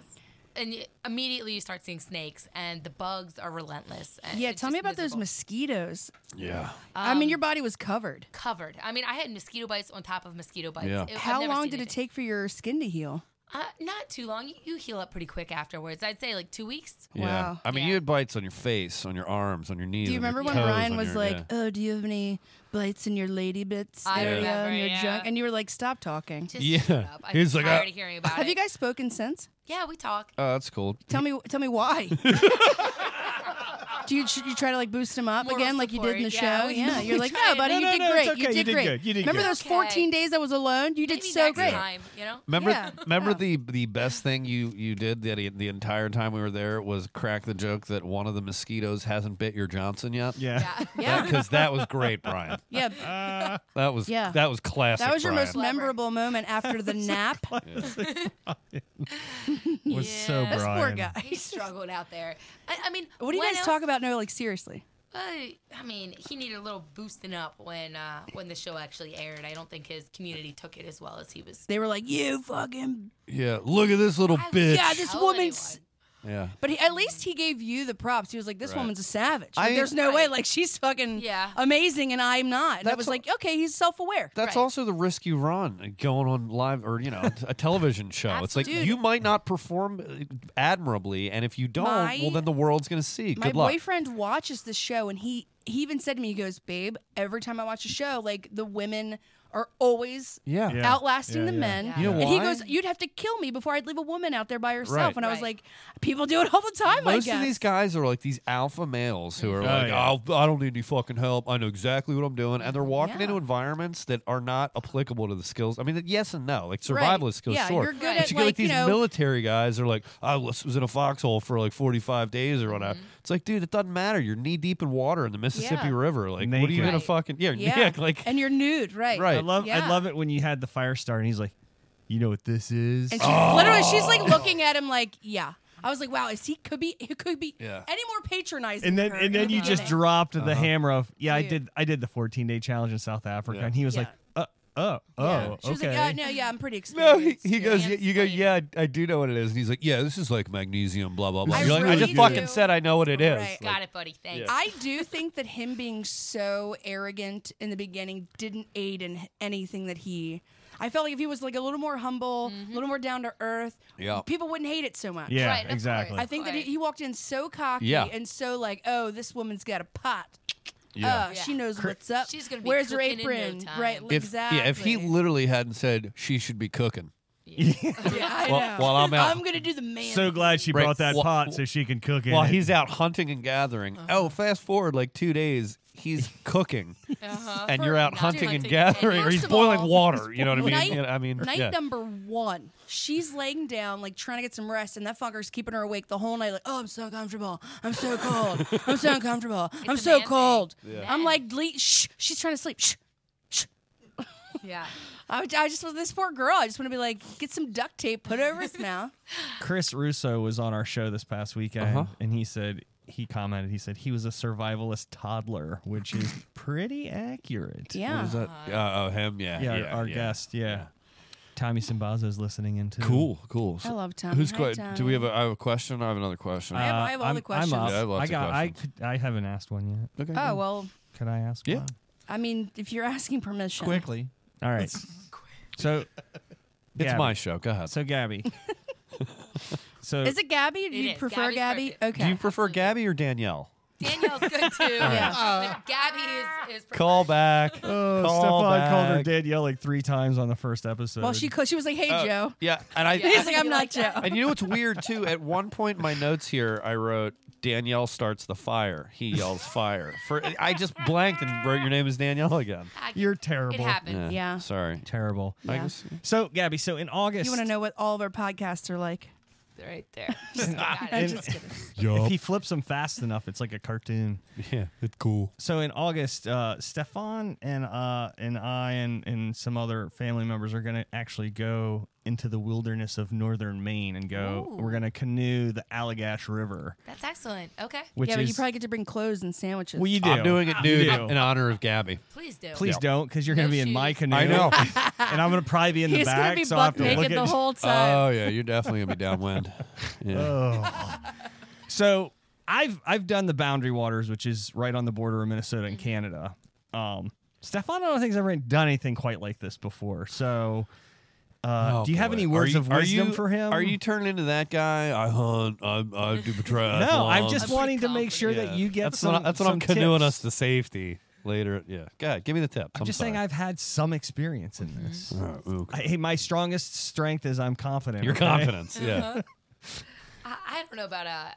and y- immediately you start seeing snakes, and the bugs are relentless. and Yeah, it's tell me just about those miserable. mosquitoes. Yeah. I mean, your body was covered. Covered. I mean, I had mosquito bites on top of mosquito bites. Yeah. I've How never long seen did it anything. take for your skin to heal? Uh, not too long. You, you heal up pretty quick afterwards. I'd say like two weeks. Yeah. Wow. I mean, you had bites on your face, on your arms, on your knees. Do you on your remember when toes, Ryan on was your- like, yeah. "Oh, do you have any bites in your lady bits I area remember, and your yeah. junk?" And you were like, "Stop talking." Just Yeah. shut up. I'm He's like, tired uh, of hearing about Have it. you guys spoken since? yeah, we talk. "Oh, that's cool." Tell me, tell me why. Do you, should you try to like boost him up Moral again, like you did in the support, yeah, show? we- Yeah, you're like, we tried. no, buddy, No, you no, did no, great. it's okay. you You did did great. good. You did Remember good. those Okay. 14 days I was alone? You did Maybe so next great. time, you know. Remember, Yeah. remember the the best thing you you did that the, the entire time we were there was crack the joke that one of the mosquitoes hasn't bit your Johnson yet. Yeah. Yeah, because that was great, Brian. yeah. Uh, That was Yeah. that was classic. That was your Brian. most memorable moment after the nap. was so Brian. Yeah. This Poor guy. He struggled out there. I, I mean, What do you when guys else- talk about? No, like seriously. Uh, I mean, he needed a little boosting up when uh, when the show actually aired. I don't think his community took it as well as he was. They were like, you fucking. Yeah, look at this little I- bitch. Yeah, this Tell woman's. yeah. But he, at least he gave you the props. He was like, this Right. woman's a savage. I- Like, There's no way. Right. Like, she's fucking Yeah. amazing and I'm not. And I That's was a- like, okay, he's self aware. That's Right. also the risk you run uh, going on live or you know a television show. It's like Absolutely. you might not perform uh, admirably, and if you don't, My- well then the world's gonna see. My Good luck. boyfriend watches the show and he he even said to me, he goes, babe, every time I watch a show, like the women are always yeah. Yeah. outlasting Yeah, the yeah. men. You know and he why? goes, You'd have to kill me before I'd leave a woman out there by herself. Right. And I was Right. like, People do it all the time, I Most guess. of these guys are like these alpha males who are Oh, like, yeah. oh, I don't need any fucking help. I know exactly what I'm doing. And they're walking Yeah. into environments that are not applicable to the skills. I mean, yes and no. Like survivalist skills, Yeah, sure. you're good but at, you get like like, you these know- military guys are like, I was was in a foxhole for like 45 days or whatever. It's like, dude, it doesn't matter. You're knee deep in water in the Mississippi Mm-hmm. Yeah. River. Like, what are you Naked. gonna Right. fucking yeah, yeah. yeah, like and you're nude, right? Right. I love Yeah. I love it when you had the fire star and he's like, you know what this is? And she's Oh. literally she's like looking at him like, yeah. I was like, wow, is he could be he could be Yeah. any more patronizing. and then her and in then the you just beginning. dropped Uh-huh. the hammer of yeah I Dude. did I did the 14 day challenge in South Africa Yeah. and he was Yeah. like uh, oh oh Yeah. okay She was like, uh, no, yeah, I'm pretty no, experienced. he, he goes. yeah, "Y- You go. explain. Yeah, I, I do know what it is. And he's like, Yeah, this is like magnesium. Blah blah blah. I You're like, I really just do. fucking said I know what it is. Right. Like, Got it, buddy. Thanks. I do think that him being so arrogant in the beginning didn't aid in anything that he. I felt like if he was like a little more humble, a little more down to earth, Mm-hmm. Yeah. people wouldn't hate it so much. yeah Right, of course. exactly I think that he, he walked in so cocky Yeah. and so like, oh, this woman's got a pot. Yeah. Uh, She knows what's up. She's gonna be Where's her cooking in no apron? time. Right. if exactly. yeah, if he literally hadn't said she should be cooking Yeah, I while, know. while I'm out, I'm gonna do the man. so glad she Right. brought that Wha- pot so she can cook it while he's out hunting and gathering. Uh-huh. Oh, fast forward like two days, he's cooking, and you're out Uh-huh. Not hunting and hunting. gathering, or First he's of boiling all, water. You know what I mean? night- Yeah, I mean, Night yeah. number one, she's laying down, like trying to get some rest, and that fucker's keeping her awake the whole night. Like, oh, I'm so uncomfortable. I'm so cold. I'm so uncomfortable. I'm a so man cold. thing. Yeah. I'm like, le- shh. She's trying to sleep. Shh. yeah. I, would- I just was this poor girl. I just want to be like, get some duct tape, put it over his mouth. Chris Russo was on our show this past weekend, and he said he commented. He said he was a survivalist toddler, which is pretty accurate. What Yeah. was that? Uh, oh, him. Yeah. yeah, our- our, yeah. guest, yeah. Tommy Simbazo's listening in too. Cool. Cool. I So love Tommy. Who's Hi, que- Do Tommy. we have? A, I have a question. I have another question. Uh, have- I have all the I'm- questions. I'm up. Yeah, I have lots I of got. I questions. could. I haven't asked one yet. okay. Oh well, Could I ask? Yeah. One? I mean, if you're asking permission, Quickly. All right. so, it's Gabby. my show. Go ahead. So Gabby. so Is it Gabby? Do It you is. prefer Gabby's Gabby? perfect. Okay. do you prefer Gabby or Danielle? Danielle's good too. But Gabby is, is Call back. Oh, Call Stefan called her back. dad like three times on the first episode. well, she she was like, hey Oh, Joe. Yeah, and I. He's like, I'm not Joe. And you know what's weird too? At one point in my notes here, I wrote Danielle starts the fire. He yells fire. For I just blanked and wrote your name is Danielle again. You're terrible. It happens. Yeah. Sorry. Terrible. I Yeah. guess- So Gabby, so in August, You want to know what all of our podcasts are like? Right there. Just got it. Just kidding. if he flips them fast enough, it's like a cartoon. yeah, it's cool. So in August, uh, Stefan and uh, and I and, and some other family members are gonna actually go into the wilderness of northern Maine and go. Ooh. We're gonna canoe the Allagash River, That's excellent. Okay. which yeah, but is you probably get to bring clothes and sandwiches. well, you do. I'm doing it, You dude, do. in honor of Gabby. Please do. Please don't, because you're gonna No be in my shoes. canoe. and I'm gonna probably be in the He's back, gonna be so I have buck to look naked at the whole time. Oh yeah, you're definitely gonna be downwind. Yeah. So I've I've done the Boundary Waters, which is right on the border of Minnesota Mm-hmm. and Canada. Um, Stefan, I don't think has ever done anything quite like this before. So Uh, Oh, do you have boy. any Are words you- of are wisdom you- for him? Are you turning into that guy? I hunt. I, I do patrol. No, I'm just I'm wanting to pretty make sure that Yeah. you get that's some. What, I- that's what I'm some canoeing tips. us to safety later. Yeah, God, give me the tips. I'm just saying I've had some experience in Mm-hmm. this. I've. I, hey, my strongest strength is I'm confident. Your okay? confidence. Uh-huh. Yeah. I, I don't know about uh,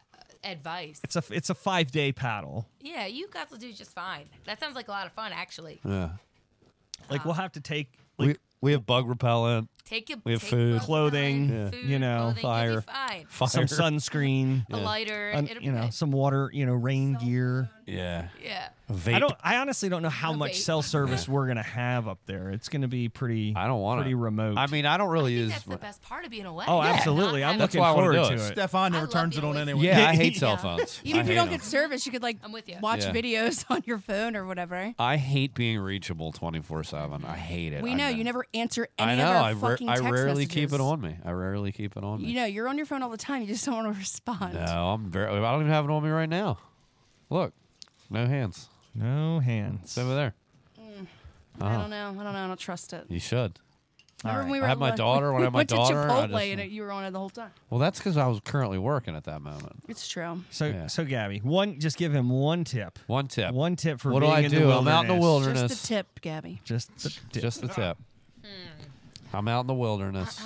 advice. It's a it's a five day paddle. Yeah, you guys will do just fine. That sounds like a lot of fun, actually. yeah. Ah. Like we'll have to take We we have bug repellent. Take your We have take food. both of Clothing, mine, Yeah. food, you know, clothing, fire. you'll be fine. Fire. some sunscreen, A lighter, un- it'll be you know, good. some water, you know, rain gear. Yeah. yeah. Vape. I don't. I honestly don't know how A much vape. cell service we're gonna have up there. It's gonna be pretty. I don't want pretty remote. I mean, I don't really I think use. that's the best part of being away. oh, Uh, Yeah. absolutely. Not I'm having- That's looking why I wanna forward do to it. it. Stefan I never love turns it being on with anyway. you. yeah, I hate Yeah. cell phones. Even I if you hate don't 'em. get service, you could like I'm with you. watch Yeah. videos on your phone or whatever. I hate being reachable 24 7. I hate it. We I know you never answer any I know. of our I, ra- fucking I text rarely keep messages. it on me. I rarely keep it on me. You know, you're on your phone all the time. You just don't want to respond. no, I'm very. I don't even have it on me right now. Look, no hands. No hands. It's over there. I don't know. I don't know. I don't trust it. You should. Remember when we I were had at my Lo- daughter when I had my went daughter, To I Chipotle just- and it, you were on it the whole time. Well, that's because I was currently working at that moment. It's true. So Yeah. so Gabby, one just give him one tip. One tip. One tip for what being do I in the do? I'm out in the wilderness. Hmm. wilderness. Just the tip, Gabby. Just the tip. Just the tip. I'm out in the wilderness.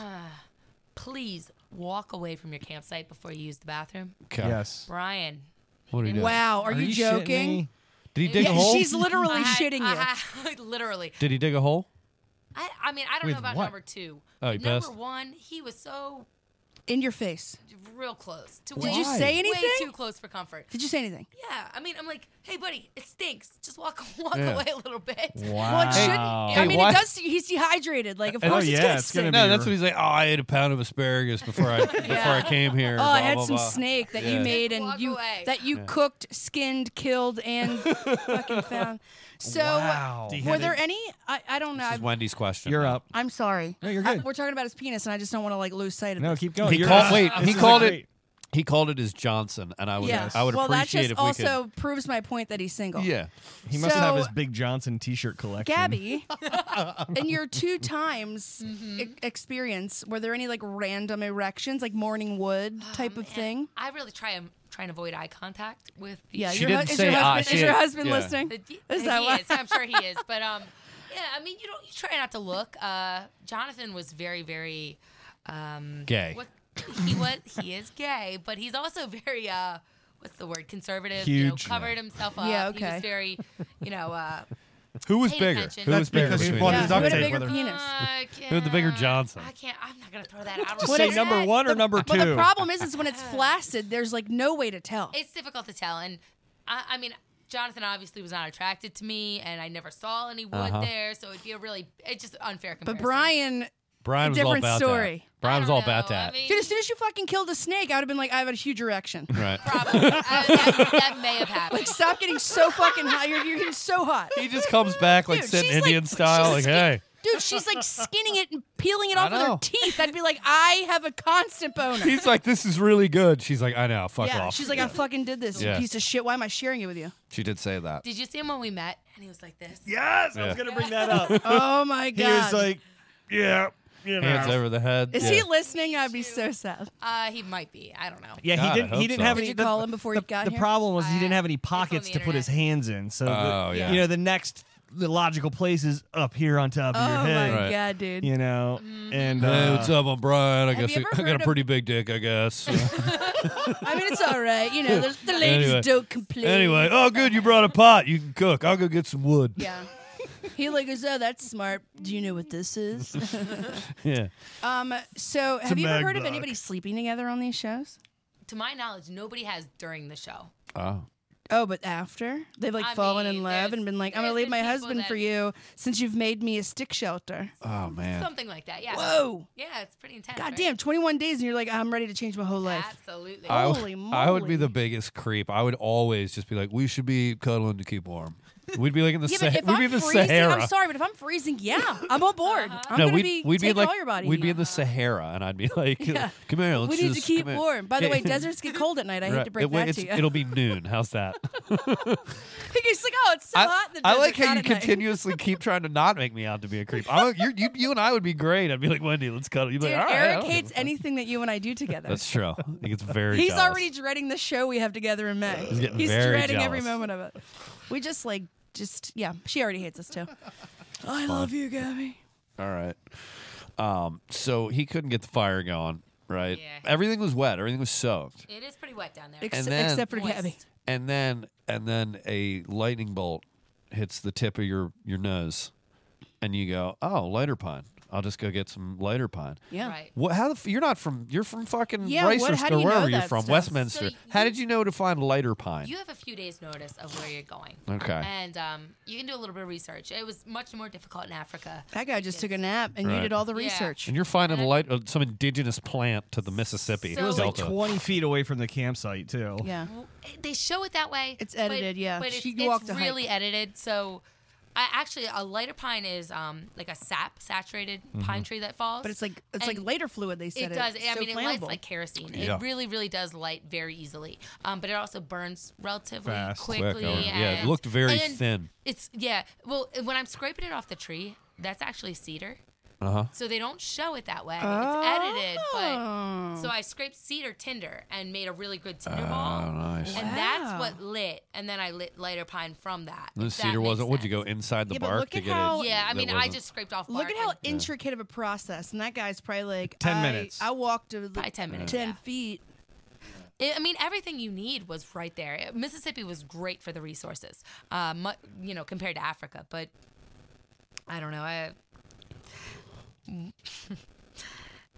Please walk away from your campsite before you use the bathroom. Okay. yes. Brian. What do you do? Wow, are, you, shitting joking? me? Did he dig Yeah, a hole? she's literally I had- shitting you. I had- literally. Did he dig a hole? I, I mean, I don't With know about what? number two. Oh, but he number passed. one, he was so In your face. real close. To Did way, you say anything? Way too close for comfort. Did you say anything? Yeah, I mean, I'm like, hey, buddy, it stinks. Just walk walk Yeah. away a little bit. Well, it shouldn't. I Hey, mean, why- it does. He's dehydrated. Like, of Oh, course, it's yeah, gonna it's stink. gonna No, be that's r- what he's like. Oh, I ate a pound of asparagus before I before I came here. Oh, I blah, had blah, some blah. snake that Yeah. you made Just and walk you away. that you cooked, skinned, killed, and fucking found. So, uh, Wow. were there any? I, I don't know. This is I've- Wendy's question. You're up. I'm sorry. No, you're I- good. we're talking about his penis, and I just don't want to like lose sight of No, this. keep going. He You're called. up. Wait, This he is a called great- it. He called it as Johnson, and I would. Yeah. I would well, that appreciate just if we also proves my point that he's single. could. Yeah. He must have So- his Big Johnson T-shirt collection. Gabby, in your two times e- experience, were there any like random erections, like morning wood type of Man, thing? I really try and try and avoid eye contact with. The, Yeah, She your, hu- didn't is, say, your "Ah, husband, is shit." your husband Yeah. listening? the- he Is that why? is. I'm sure he is. But um, yeah, I mean, you don't you try not to look. Uh, Jonathan was very very um Gay. What, he was he is gay, but he's also very uh. What's the word? Conservative. You know, Huge. covered himself up. Yeah, He okay. was very, you know, uh, Who was Paid bigger? attention. Who That's was bigger? because you between bought us? his Yeah, duct what a tape bigger with her. penis. I Who had the bigger can't- Johnson? I can't. I'm not gonna throw that out. Just on say the number net. one or number two. Well, the problem is, is when Uh. it's flaccid, there's like no way to tell. It's difficult to tell, and I, I mean, Jonathan obviously was not attracted to me, and I never saw any wood Uh-huh. there, so it'd be a really it's just unfair but comparison. Brian, Brian was all Different about story. that. Brian was I all don't about know, I that. mean, dude, as soon as you fucking killed a snake, I would have been like, I have a huge erection. Right. probably Uh, that, that may have happened. Like, stop getting so fucking hot. You're, you're getting so hot. He just comes back like Dude, sitting she's like- Indian style, like, she's hey. Dude, she's like skinning it and peeling it I off with her know. teeth. I'd be like, I have a constant boner. He's like, this is really good. She's like, I know, fuck yeah, off. she's like, I fucking did this, you Yeah. piece of shit. Why am I sharing it with you? she did say that. Did you see him when we met? And he was like this. Yes, I was Yeah. gonna bring that up. he Oh my god. was like, yeah, you know. Hands over the head. is yeah. he listening? I'd be so sad. Uh, he might be. I don't know. yeah, God, I he didn't. He hope didn't so. have Did any. you the, call him before he got the here? problem was he Uh, didn't have any it's on the pockets to put his internet. hands in. So, Oh, the, yeah. you know, the next the logical place is up here on top of Oh your my head. Right. god, Mm-hmm. dude. You know, and Hey, uh, what's up? I'm Brian. I Have guess you I, ever I heard got of- a pretty big dick, I guess. I mean, it's all right. You know, the, the ladies Anyway. don't complain. anyway, oh, good. You brought a pot. You can cook. I'll go get some wood. Yeah. He like goes, oh, that's smart. Do you know what this is? Yeah. um, so have a you ever heard of mag anybody sleeping together on these shows? To my knowledge, nobody has during the show. Oh. Oh, but after they've like I fallen in mean, love there's- and been like, I'm gonna there's leave been my people husband that- for you since you've made me a stick shelter. Oh, man. Something like that. Yeah. Whoa. Yeah, it's pretty intense. God right? damn, 21 days and you're like, I'm ready to change my whole life. Absolutely. I would- Holy I would be moly. the biggest creep. I would always just be like, we should be cuddling to keep warm. We'd be like in the, Yeah, Sa- but if we'd I'm be in the freezing, Sahara. I'm sorry, but if I'm freezing, yeah, I'm on board. Uh-huh. I'm no, gonna we'd, be we'd be taking like, all your body. we'd be heat. in the Sahara, and I'd be like, come here, let's we need to just- keep come here." warm. By the Yeah. way, deserts get cold at night. I hate Right. to break It- that it's- to you. It'll be noon. How's that? He's like, oh, it's so hot. I, In the I desert, like how not you at night." continuously keep trying to not make me out to be a creep. I'm a, you you, you and I would be great. I'd be like, Wendy, let's cuddle. You'd be Dude, like, all right. I Eric don't give hates a fuck." anything that you and I do together. That's true. He gets very He's jealous. already dreading the show we have together in May. He's, getting very dreading every jealous. moment of it. We just like, just yeah. She already hates us too. I love you, Gabby. All right. Um, so he couldn't get the fire going, right? Yeah. Everything was wet. Everything was soaked. It is pretty wet down there. Ex- And then- except for Moist. Gabby. And then and then a lightning bolt hits the tip of your your nose, and you go, "Oh, lighter pine. I'll just go get some lighter pine." Yeah. Right. What? How the? F- you're not from? You're from fucking Yeah, what- how Ricehurst do or you know wherever you're that from, stuff? Westminster. So how you- did you know to find lighter pine? You have a few days' notice of where you're going. Okay. And um, you can do a little bit of research. It was much more difficult in Africa. That guy just took a nap, and Right. you did all the Yeah. research. and you're finding light uh, some indigenous plant to the Mississippi. So- It was like Delta. 20 feet away from the campsite, too. Yeah. They show it that way. It's but- edited, yeah. But it's, She it's walked a hike. really edited. So, I actually a lighter pine is um like a sap saturated pine tree that falls. But it's like it's like And lighter fluid. They it said does. It's I so mean, it lights flammable. like kerosene. Yeah. It really, really does light very easily. Um, but it also burns relatively Fast. Quick, quickly. oh, and, yeah, it looked very and thin. It's yeah. Well, when I'm scraping it off the tree, that's actually cedar. Uh huh. So they don't show it that way. It's edited, Oh. but so I scraped cedar tinder and made a really good tinder ball. Oh, nice. And that's what lit. And then I lit lighter pine from that. The if that cedar makes wasn't. Would you go sense. inside the Yeah, but bark look to at get how- it? Yeah, I that mean, I wasn't- just scraped off. Look bark at how and- intricate of a process, and that guy's probably like 10 I- minutes. I walked to the Probably 10 minutes, ten yeah. feet. It, I mean, everything you need was right there. It- Mississippi was great for the resources, uh, mu- you know, compared to Africa. But I don't know. I,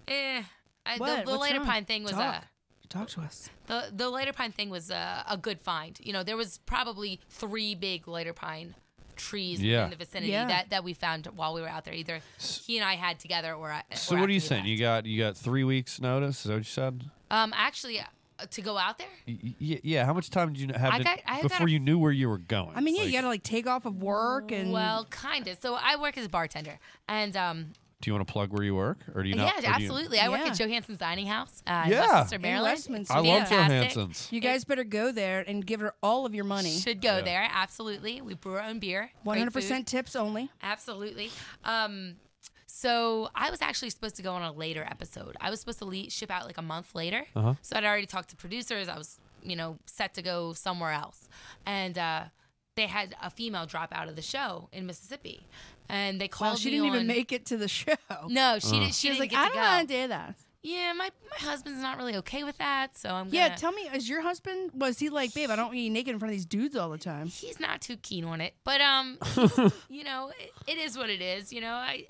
eh, I, the, What? the What's later wrong? pine thing was Talk. a. Talk to us. The, the lighter pine thing was a, a good find. You know, there was probably three big lighter pine trees Yeah. in the vicinity Yeah. that, that we found while we were out there. Either he and I had together or. I, So or what are you after we saying? You left. got you got three weeks notice? Is that what you said? Um, actually, uh, to go out there, Y- y- yeah. How much time did you have I to- got- I got before a- you knew where you were going? I mean, yeah, Like, you got to like take off of work and well, kind of. So I work as a bartender, and um, do you want to plug where you work, or do you not? or do yeah, you- absolutely. I work Yeah. at Johansson's Dining House uh, in Yeah. Westminster, In Maryland. Westminster. I love Fantastic. Johansson's. you guys better go there and give her all of your money. Should go there, absolutely. We brew our own beer. One Great hundred food. percent tips only. Absolutely. Um, so I was actually supposed to go on a later episode. I was supposed to le- ship out like a month later. Uh-huh. So I'd already talked to producers. I was, you know, set to go somewhere else, and uh, they had a female drop out of the show in Mississippi, and they called Well, she me didn't on- even make it to the show. Oh. No, Uh. she didn't. She She was didn't like, get I to don't go. want to do that. Yeah, my, my husband's not really okay with that, so I'm Yeah, gonna- tell me, is your husband was he like, babe? I don't want you naked in front of these dudes all the time. he's not too keen on it. But um, he's- you know, it, it is what it is. You know, I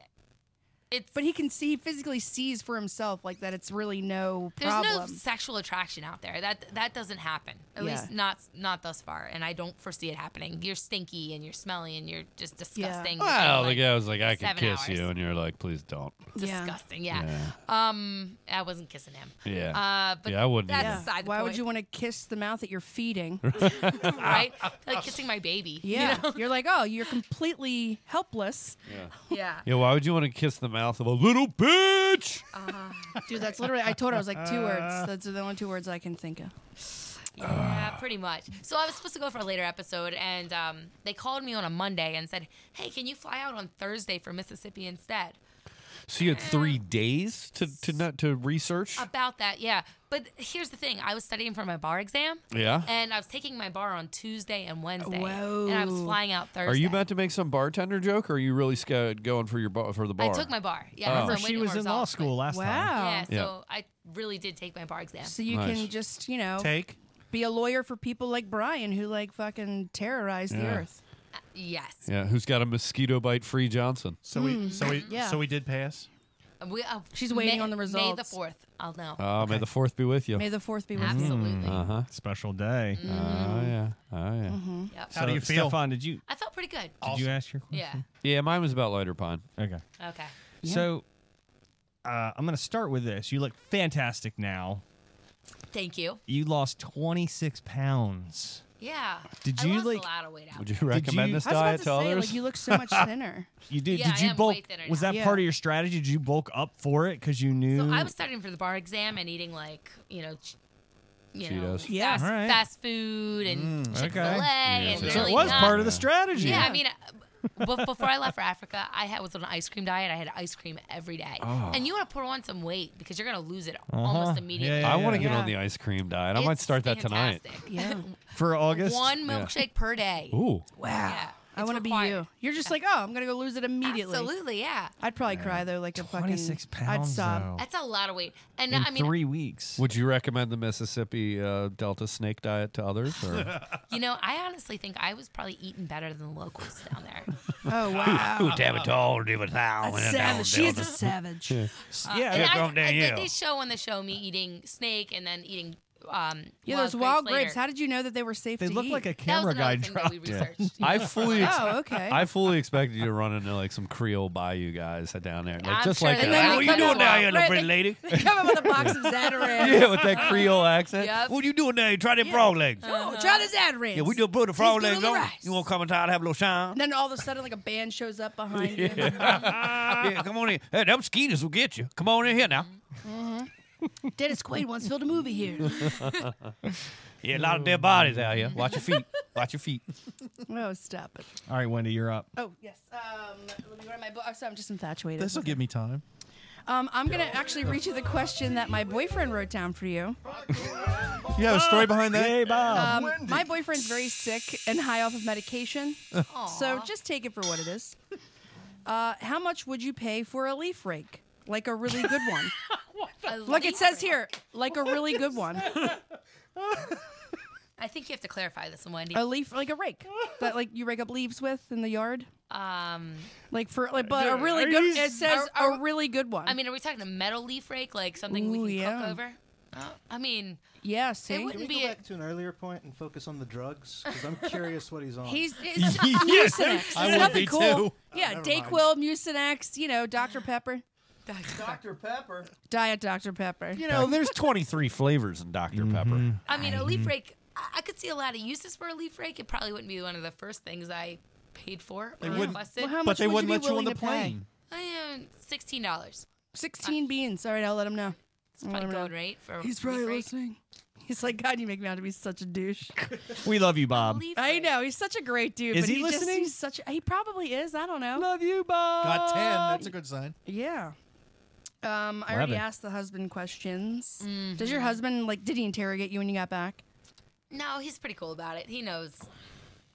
it's But he can see, he physically sees for himself, like that. It's really no there's problem. no sexual attraction out there. That that doesn't happen. At Yeah. least not not thus far, and I don't foresee it happening. You're stinky and you're smelly and you're just disgusting. Well, within, the guy was like, "I could seven kiss hours. you," and you're like, "Please don't." Yeah. disgusting. Yeah. Um, I wasn't kissing him. Yeah. Uh, but Yeah, I wouldn't That's either. aside the Ah, Why point, would you want to kiss the mouth that you're feeding? right? like kissing my baby. you Yeah, know? you are like, oh, you're completely helpless, yeah. Yeah. Why would you want to kiss the mouth of a little bitch? Oh, dude. That's literally. I told her I was like two words. That's the only two words I can think of. Yeah, Ah. pretty much. So I was supposed to go for a later episode, and um, they called me on a Monday and said, "Hey, can you fly out on Thursday for Mississippi instead?" So you had three days to to not to research. About that, yeah. But here's the thing: I was studying for my bar exam. Yeah. And I was taking my bar on Tuesday and Wednesday, and I was flying out Thursday. Are you about to make some bartender joke, or are you really scared going for your bar, for the bar? I took my bar. Yeah, Oh. so I'm Remember, She waiting was for in law results, but- school last time. Wow. Yeah, so Yeah. I really did take my bar exam. So you Nice. can just, you know, Take. be a lawyer for people like Brian who like fucking terrorize the Yeah. earth. Yes, Yeah. Who's got a mosquito bite free Johnson? So we so we Yeah. so we did pass. we, uh, She's waiting May, on the May the results. fourth, I'll know. Uh, May the fourth be with you. May the fourth be with Mm-hmm. you. Absolutely. uh huh. Special day. Mm. Oh Mm-hmm. yeah. Oh yeah. Yep. How do you feel? Stefan, did you did I felt pretty good. you ask your question? Yeah. Yeah, mine was about lighter pine. Okay. Okay. So uh, I'm gonna start with this. You look fantastic now. Thank you. You lost 26 pounds. Yeah. Did I you, lost like- a lot of weight out. Would you recommend you- this I was about diet to, to say, others? like, you look so much thinner. You did. Yeah, did I you am bulk? way thinner Was now. that Yeah. part of your strategy? Did you bulk up for it because you knew? so I was studying for the bar exam and eating like you know ch- you Cheetos. know, Yeah. fast, All right. fast food and Mm, Chick Fil A, okay. and So really it was not- part of the strategy. Yeah, I mean, uh, bef- before I left for Africa, I had was on an ice cream diet. I had ice cream every day, and you want to put on some weight because you're gonna lose it almost immediately. Oh. Uh-huh. Yeah, I want to get yeah. on the ice cream diet. I might It's start that tonight. fantastic. Yeah. for August. One Yeah. milkshake per day. Ooh, Wow. Yeah, I it's want to be required. you. You're just like, oh, I'm gonna go lose it immediately. Absolutely, yeah. I'd probably cry though, like a fucking. 26 I'd pounds, stop. That's a lot of weight, and in I mean, three weeks. would you recommend the Mississippi uh, Delta snake diet to others? Or? you know, I honestly think I was probably eating better than the locals down there. Oh wow. damn it all, damn it all. That's savage. She is a savage. Yeah, and yeah, uh, I, calm down, I- they- yeah. They show on the show me eating snake and then eating. Um, Yeah, wild those wild grapes. grapes. later. How did you know that they were safe They to look eat? like a that camera was guy another thing that dropped we it. researched. I fully ex- Oh, okay. I fully expected you to run into like some Creole Bayou guys down there, like I'm just sure like they that. like what it you cut doing out. down here, little Right, pretty they- lady? They come up with a box of Zatarans. yeah, with that Creole accent. Yep. What you doing there? You try them frog legs. Oh, try the Zatarans. Yeah, we do put the good frog on legs the on. rice. You want to come and try and have a little shine? And then all of a sudden, like a band shows up behind you. yeah, come on in. Hey, them skeeters will get you. Come on in here now. Dennis Quaid once filmed a movie here. Yeah, a lot of dead bodies out here. Watch your feet. Watch your feet. oh, stop it. All right, Wendy, you're up. Oh, yes. Um, let me go to my book. Oh, sorry, I'm just infatuated. This will give me time. Um, I'm going to actually read you the question that my boyfriend wrote down for you. You have a story behind that? Hey, Oh, Bob. Um, my boyfriend's very sick and high off of medication. so just take it for what it is. Uh, how much would you pay for a leaf rake? Like a really good one. A Look, it leaf says rake. here, like a really good one. I think you have to clarify this one, Wendy. A leaf, like a rake that like you rake up leaves with in the yard. Um, Like for like, but a Dude, really are good. you It says are- a really good one. I mean, are we talking a metal leaf rake, like something Ooh, we can yeah. cook over? Uh, I mean, yeah. See, it Can we wouldn't be. go a- back to an earlier point and focus on the drugs? Because I'm curious what he's on. He's it's Yes. Mucinex. I It's would nothing be cool. too. Yeah, never mind. Dayquil, Mucinex. You know, Dr Pepper, Dr. Pepper. Diet Dr Pepper. You know, there's 23 flavors in doctor Pepper. I mean, a Mm-hmm. leaf rake. I, I could see a lot of uses for a leaf rake. It probably wouldn't be one of the first things I paid for or wouldn't- requested. Well, how much But they would wouldn't you be let you on willing the to pay? plane. I, um, Sixteen dollars. Sixteen beans. All right, I'll let him know. It's probably don't know. going rate for. a He's leaf probably rake. listening. He's like, God, you make me out to be such a douche. we love you, Bob. Leaf I rake. know he's such a great dude. Is but he just- listening? he's such. He probably is. I don't know. Love you, Bob. Got 10. That's a good sign. Yeah. Um, I already Eleven. asked the husband questions. Does your husband like? Did he interrogate you when you got back? No, he's pretty cool about it. He knows.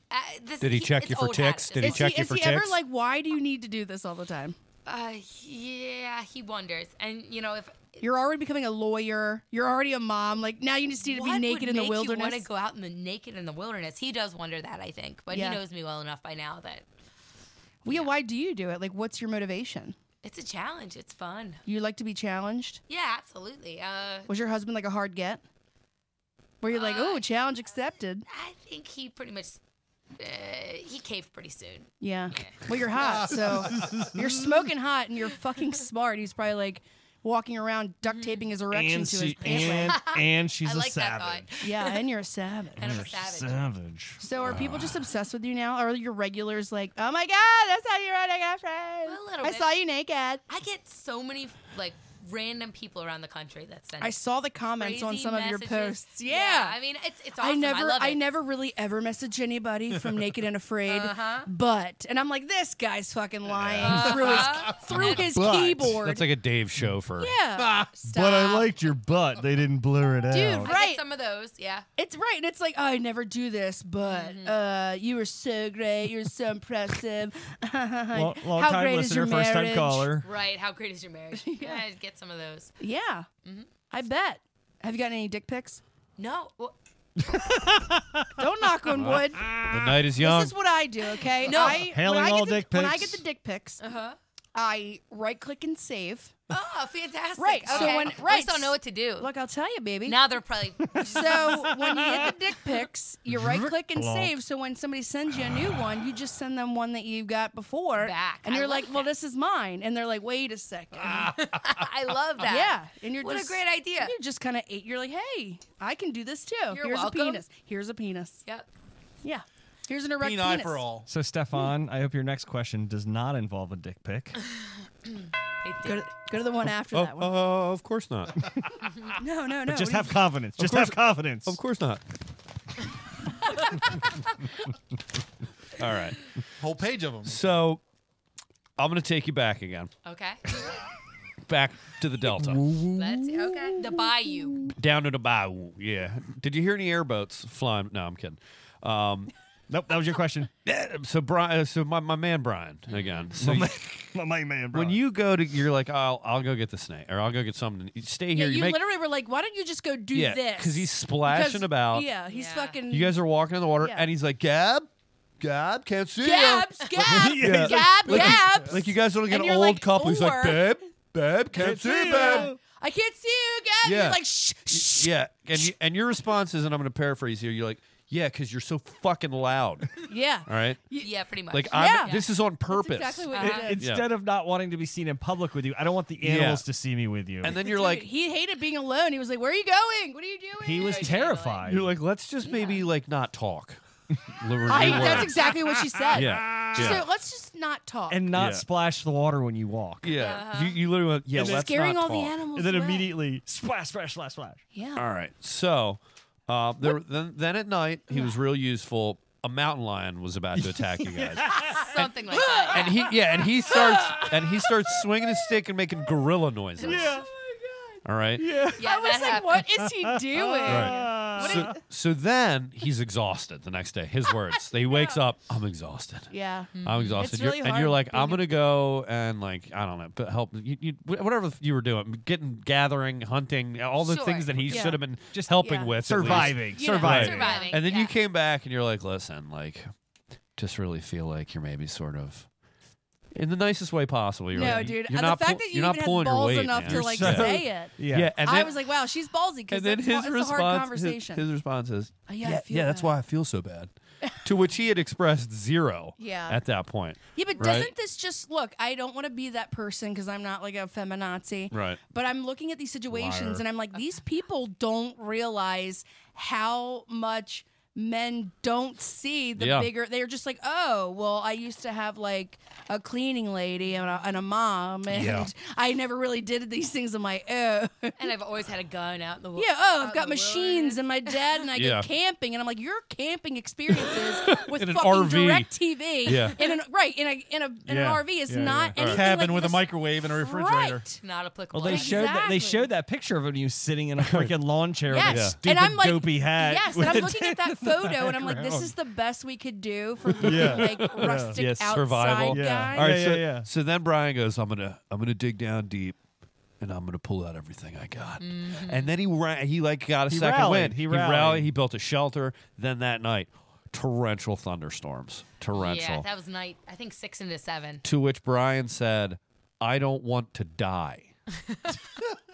Uh, this, Did he check it's you for old hat ticks? at Did this he is point. check he, you is for he ever chicks? like? Why do you need to do this all the time? Uh, yeah, he wonders, and you know if You're already becoming a lawyer. You're already a mom. Like now you just need to be What naked would in the make You wilderness. want to go out in the naked in the wilderness? He does wonder that, I think, but Yeah. he knows me well enough by now that Well, yeah. Why do you do it? Like, what's your motivation? it's a challenge. It's fun. You like to be challenged? Yeah, absolutely. Uh, Was your husband like a hard get? Where you're like, Uh, oh, challenge accepted. I think he pretty much uh, he caved pretty soon. Yeah. Well, you're hot, so you're smoking hot and you're fucking smart. He's probably like walking around duct taping his erection and, to she- his pant leg. and, and she's I a like that savage. thought. Yeah, and you're a savage. Kind of You're a savage. savage. So are people just obsessed with you now? Are your regulars like, oh my god, that's how you run a guy friend? A little I bit. saw you naked. I get so many like random people around the country that send. I saw the comments crazy on some of your messages. posts. Yeah. I mean it's it's I awesome. never, I, love it. never really ever message anybody from Naked and Afraid, Uh-huh. but and I'm like, this guy's fucking lying through his through his keyboard. That's like a Dave show for yeah, But I Stop. liked your butt. They didn't blur it Dude, out. I right. get some of those. Yeah. it's right, and it's like, oh, I never do this, but Mm-hmm. uh, you were so great, you're so impressive. Long, long How time great is listener, your first time marriage? caller. Right. How great is your marriage? yeah. I get some of those. Yeah, Mm-hmm. I bet. Have you gotten any dick pics? No. Well, Don't knock on wood. The night is young. This is what I do, okay? No. I, Hailing when I all get the, dick When I pics. get the dick pics, uh-huh. I right click and save. Oh, fantastic. Right, so Okay. when- I just right. don't know what to do. Look, I'll tell you, baby. now they're probably So when you get the dick pics, you right click and Blonk. save. So when somebody sends you a new one, you just send them one that you got before Back. and I you're like like, "Well, that. this is mine," and they're like, "Wait a second. I love that. yeah." And you're What just, a great idea. You just kind of ate. You're like, "Hey, I can do this too. You're Here's welcome. a penis. Here's a penis. Yep. Yeah. Here's an erect Keen eye penis. for all. So, Stefan, I hope your next question does not involve a dick pic. It Go to, go to the one after Oh, that one. uh, of course not. no, no, no. But just we- have confidence. Of Just course- have confidence. of course not. All right. Whole page of them. So I'm going to take you back again, Okay. back to the Delta, Let's see. Okay. The bayou. down to the bayou. Yeah. Did you hear any airboats flying? No, I'm kidding. Um, Nope, that was your question. yeah, so Brian, so my, my man Brian again. So you- My main man, when you go to, you're like, I'll I'll go get the snake, or I'll go get something. You stay here. Yeah, you, make, literally were like, why don't you just go do yeah, this? because he's Because- splashing about. Yeah, he's Yeah. fucking. You guys are walking in the water, Yeah. and he's like, Gab, Gab, can't see you. Gabs, Gabs, Yeah. Gab, Like- Gabs. Like you guys are like And an you're old like, couple. He's like, "Or- babe, babe, can't see, you, babe. I can't see you, Gabs. Yeah. You're like, shh, shh. Yeah, and you, and your response is, and I'm going to paraphrase here. You're like, yeah, because you're so fucking loud. Yeah. All right, Yeah, pretty much. like I'm. Yeah. This is on purpose. Uh, exactly what Uh-huh. he did. Instead of not wanting to be seen in public with you, I don't want the Yeah. animals to see me with you. and then you're Dude, like, he hated being alone. He was like, where are you going? What are you doing? he was terrified. you're like, let's just maybe like not talk. I, that's Ah. exactly what she said. Yeah. She's like, let's just not talk. and not Yeah. splash the water when you walk. Yeah, you, you literally went, yeah. uh-huh. You're let's scaring not all the talk. animals. And then away. immediately splash, splash, splash, splash. Yeah. All right, so uh, there, then then at night he was real useful. A mountain lion was about to attack you guys. Something like that. and he yeah, and he starts and he starts swinging his stick and making gorilla noises. Yeah. All right. Yeah. Yeah, I was that like, happened. what is he doing? So, so then he's exhausted the next day. His words. He wakes up. I'm exhausted. Yeah. I'm exhausted. Mm-hmm. It's You're- really and you're hard like, being I'm a- gonna go and like I don't know, but help you, you whatever you were doing, getting, gathering, hunting, all the Sure. things that he Yeah. should have been just helping yeah. with, at least. Surviving. You know, Surviving. surviving. And then you yeah. came back and you're like, listen, like, just really feel like you're maybe sort of. In the nicest way possible. You're No, like, dude. You're and not the fact pull- that you you're not even pulling had your balls weight, enough man. to like so- say it. Yeah. and I then- was like, wow, she's ballsy because and then it's, his a hard response, his- conversation. His, response is, Oh, yeah, I yeah, yeah, feel that's that." why I feel so bad. to which he had expressed zero. Yeah. At that point. yeah, but right? doesn't this just look? I don't want to be that person because I'm not like a feminazi. Right. But I'm looking at these situations Liar. and I'm like, these people don't realize how much men don't see the Yeah. bigger. They're just like, oh, well, I used to have like a cleaning lady and a, and a mom, and Yeah. I never really did these things on my own. And I've always had a gun out in the wo- Yeah, oh, I've out got in the machines and my dad and I Yeah. go camping and I'm like, your camping experiences with In an fucking RV. direct TV Yeah. in an right in a in a in Yeah, an RV is yeah, not yeah. anything Cabin like with this- a microwave and a refrigerator. Right. wilderness. Not applicable. Well, they at all. showed that they Exactly. showed that picture of him you sitting in a freaking lawn chair with a Yes, stupid and I'm like, dopey hat. yes, and with I'm a looking tent at that in the photo, and I'm like, this background. is the best we could do for being like rustic Yeah, outside survival. Yeah. guys. All right, Yeah, so, yeah, yeah. so then Brian goes, "I'm gonna, I'm gonna dig down deep, and I'm gonna pull out everything I got." And then he ran, he like got a Mm-hmm. He second rallied. wind. He rallied. He built a shelter. Then that night, torrential thunderstorms, torrential. Yeah, that was night. I think six into seven. to which Brian said, "I don't want to die."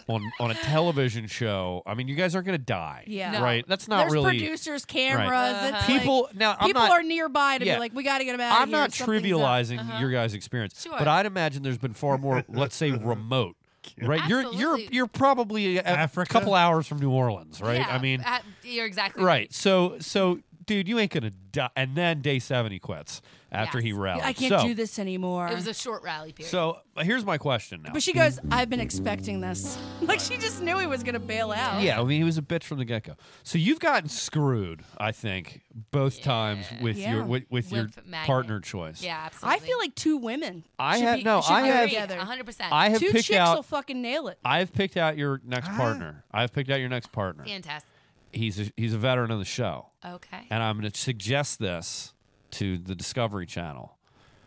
on on a television show, I mean, you guys aren't gonna die, Yeah. No. right? That's not There's really. producers, cameras, it's People- like- now, I'm people not- are nearby to yeah. be like, we got to get him out. Uh-huh. I'm not trivializing your guys' experience, Sure. but I'd imagine there's been far more, let's say, remote. Right, you're you're Absolutely. you're probably a, a Africa? couple hours from New Orleans, right? Yeah, I mean, at- you're exactly right. So so, dude, you ain't gonna die. And then day seven, he quits after he Yes. rallies. I can't so, do this anymore. It was a short rally period. So uh, here's my question now. But she goes, I've been expecting this. Like she just knew he was gonna bail out. yeah, I mean, he was a bitch from the get go. So you've gotten screwed, I think, both times with Yeah. your with, with your With Magnet. partner choice. yeah, I absolutely. feel like two women. I should had- be, no, should I be had- together. 100%. I have Two picked chicks will out. fucking nail it. I've picked out your next Ah. partner. I've picked out your next partner. Fantastic. he's a, he's a veteran of the show, Okay. and I'm going to suggest this to the Discovery Channel.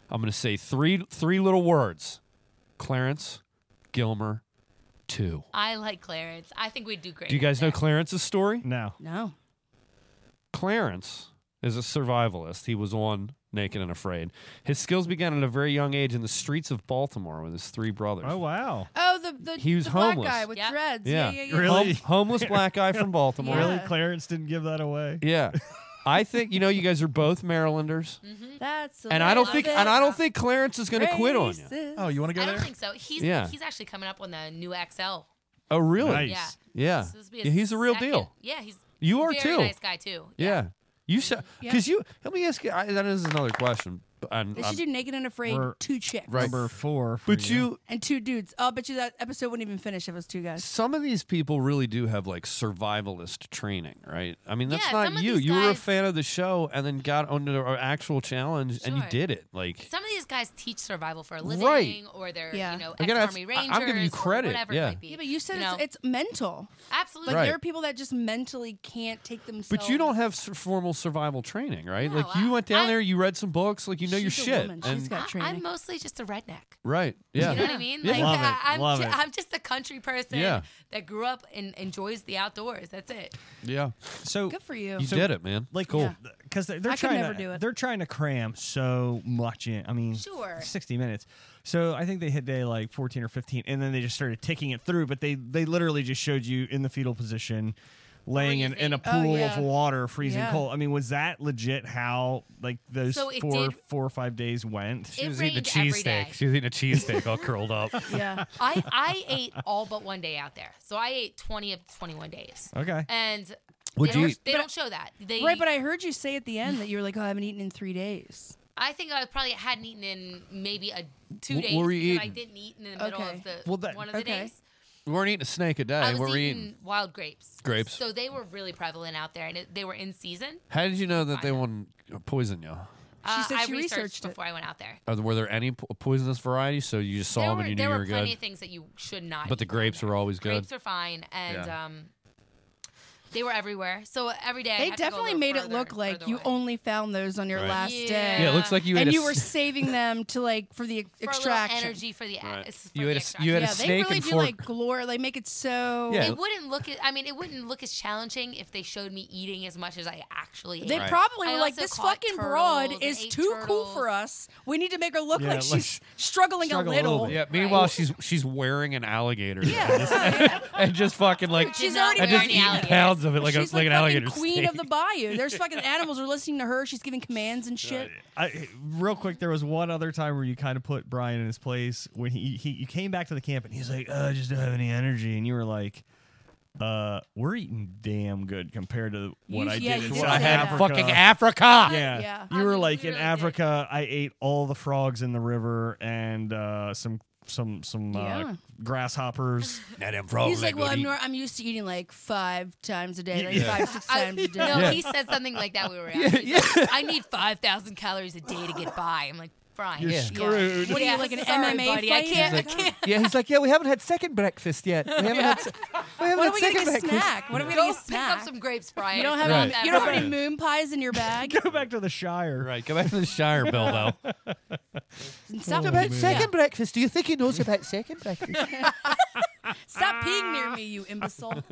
I'm going to say three three little words: Clarence Gilmer, two. I like Clarence. I think we'd do great. Do you guys know there. Clarence's story? No. No. Clarence is a survivalist. He was on Naked and Afraid. His skills began at a very young age in the streets of Baltimore with his three brothers. Oh wow. Oh, the the, He was the black homeless. guy with Yep. dreads. Yeah. Yeah, yeah, yeah. Really? Hom- homeless black guy from Baltimore. Yeah. Really, Clarence didn't give that away. Yeah. I think you know you guys are both Marylanders, That's Mm-hmm. a and I don't little think bit and I don't think Clarence is going to quit on you. racist. Oh, you want to go I there? don't think so. He's Yeah. he's actually coming up on the new XL. Oh, really? Nice. Yeah. Yeah. So this will be Yeah, he's a real second- deal. Yeah, he's You are very too. nice guy too. Yeah. You said because you. Let me ask you. I, that is another question. But and um, They should do Naked and Afraid, We're- two chicks. Number four. For but you And two dudes. I'll bet you that episode wouldn't even finish if it was two guys. some of these people really do have like survivalist training, right? I mean, that's Yeah, some not of you. these You were a guys- fan of the show and then got under an actual challenge and you Sure. did it. Like, Some of these guys teach survival for a Right. living, or they're Yeah. you know Again, ex that's- army I- I'm rangers. giving you or credit, whatever yeah. It might be. Yeah, but you said know? it's, it's mental. absolutely Like Right. there are people that just mentally can't take themselves. but you don't have s- formal survival training, right? No, like, you I- went down I- there, you read some books, like, you know your She's a shit. woman. She's And, got I, training. am mostly just a redneck. right. Yeah. You know what I mean? Yeah. Like Love I, it, I'm, love ju- it. I'm just a country person Yeah. that grew up and enjoys the outdoors. That's it. Yeah. So Good for you. You did it, man. Like cool. because they're, they're I could trying never to do it. they're trying to cram so much in. I mean, Sure. sixty minutes. So I think they hit day like fourteen or fifteen, and then they just started ticking it through. But they they literally just showed you in the fetal position, laying in, in a Freezing. pool Oh, yeah. of water, freezing Yeah. cold. I mean, was that legit? How like those So it four did- four or five days went? It rained every day. was eating a cheesesteak all curled up. Yeah. I, I ate all but one day out there. So I ate 20 of 21 days. Okay. And Would they, you don't, eat- they don't show that. They, Right, but I heard you say at the end that you were like, "Oh, I haven't eaten in three days." I think I probably hadn't eaten in maybe a two What days. were you and I eating? didn't eat in the middle Okay. of the Well, that- one of the Okay. days. We weren't eating a snake a day. I What was were we eating eating? wild grapes. Grapes. So they were really prevalent out there, and it, they were in season. How did you know that they wouldn't poison you? Uh, said I she researched, researched it. before I went out there. Uh, Were there any po- poisonous varieties? So you just saw there them were, and you knew there you were were plenty good. of things that you should not. But the eat down grapes there. were always good. Grapes are fine, and Yeah. um, they were everywhere. So every day I They had to go a definitely little made it further- look like further you away. only found those on your Right. last Yeah. day. yeah, it looks like you ate and a you were s- saving them to like for the For a little extraction. energy for the it's for You the had a s- you extraction. had a Yeah, s- they Snake really and do fork. like glore. They make it so. Yeah. it wouldn't look as I mean, it wouldn't look as challenging if they showed me eating as much as I actually ate. They Right. probably I were like, also "This caught fucking turtles broad and is ate too cool for turtles." us. We need to make her look Yeah, like like she's struggling struggle a a little." little bit. Yeah. Meanwhile, she's she's wearing an alligator. Yeah. and just fucking like She's not already and just wearing the eating alligator. pounds of it like she's a, like, an fucking alligator. queen steak. of the bayou. There's fucking animals are listening to her. She's giving commands and shit. I, real quick, there was one other time where you kind of put Brian in his place when he, he you came back to the camp and he's like, "Uh, I just don't have any energy," and you were like, "Uh, we're eating damn good compared to what You- I yeah, did you in South did say I had Yeah. Africa." fucking Africa. yeah. Yeah. you were I like in literally did. Africa. I ate all the frogs in the river and uh, some some some Yeah. uh, grasshoppers. Now them frogs He's they like, "Well, good I'm, eat. nor- I'm used to eating like five times a day, like Yeah. five six I, times no, a day." he said something like that. when We were out. He's like, I need five thousand calories a day to get by. I'm like, Brian, You're yeah. screwed. What are Yeah, you like an sorry, MMA buddy, I fighter? can't- I can't. yeah, he's like, yeah, we haven't had second breakfast yet. We haven't had. Se- we haven't What are had we second gonna get a breakfast. snack? What are we Go gonna get a pick up snack? some grapes, Brian. You don't have Right. any, you don't have any moon pies in your bag. Go back to the Shire. Right, go back to the Shire, Bilbo. Stop, second breakfast. Do you think he knows about second breakfast? stop peeing near me, you imbecile.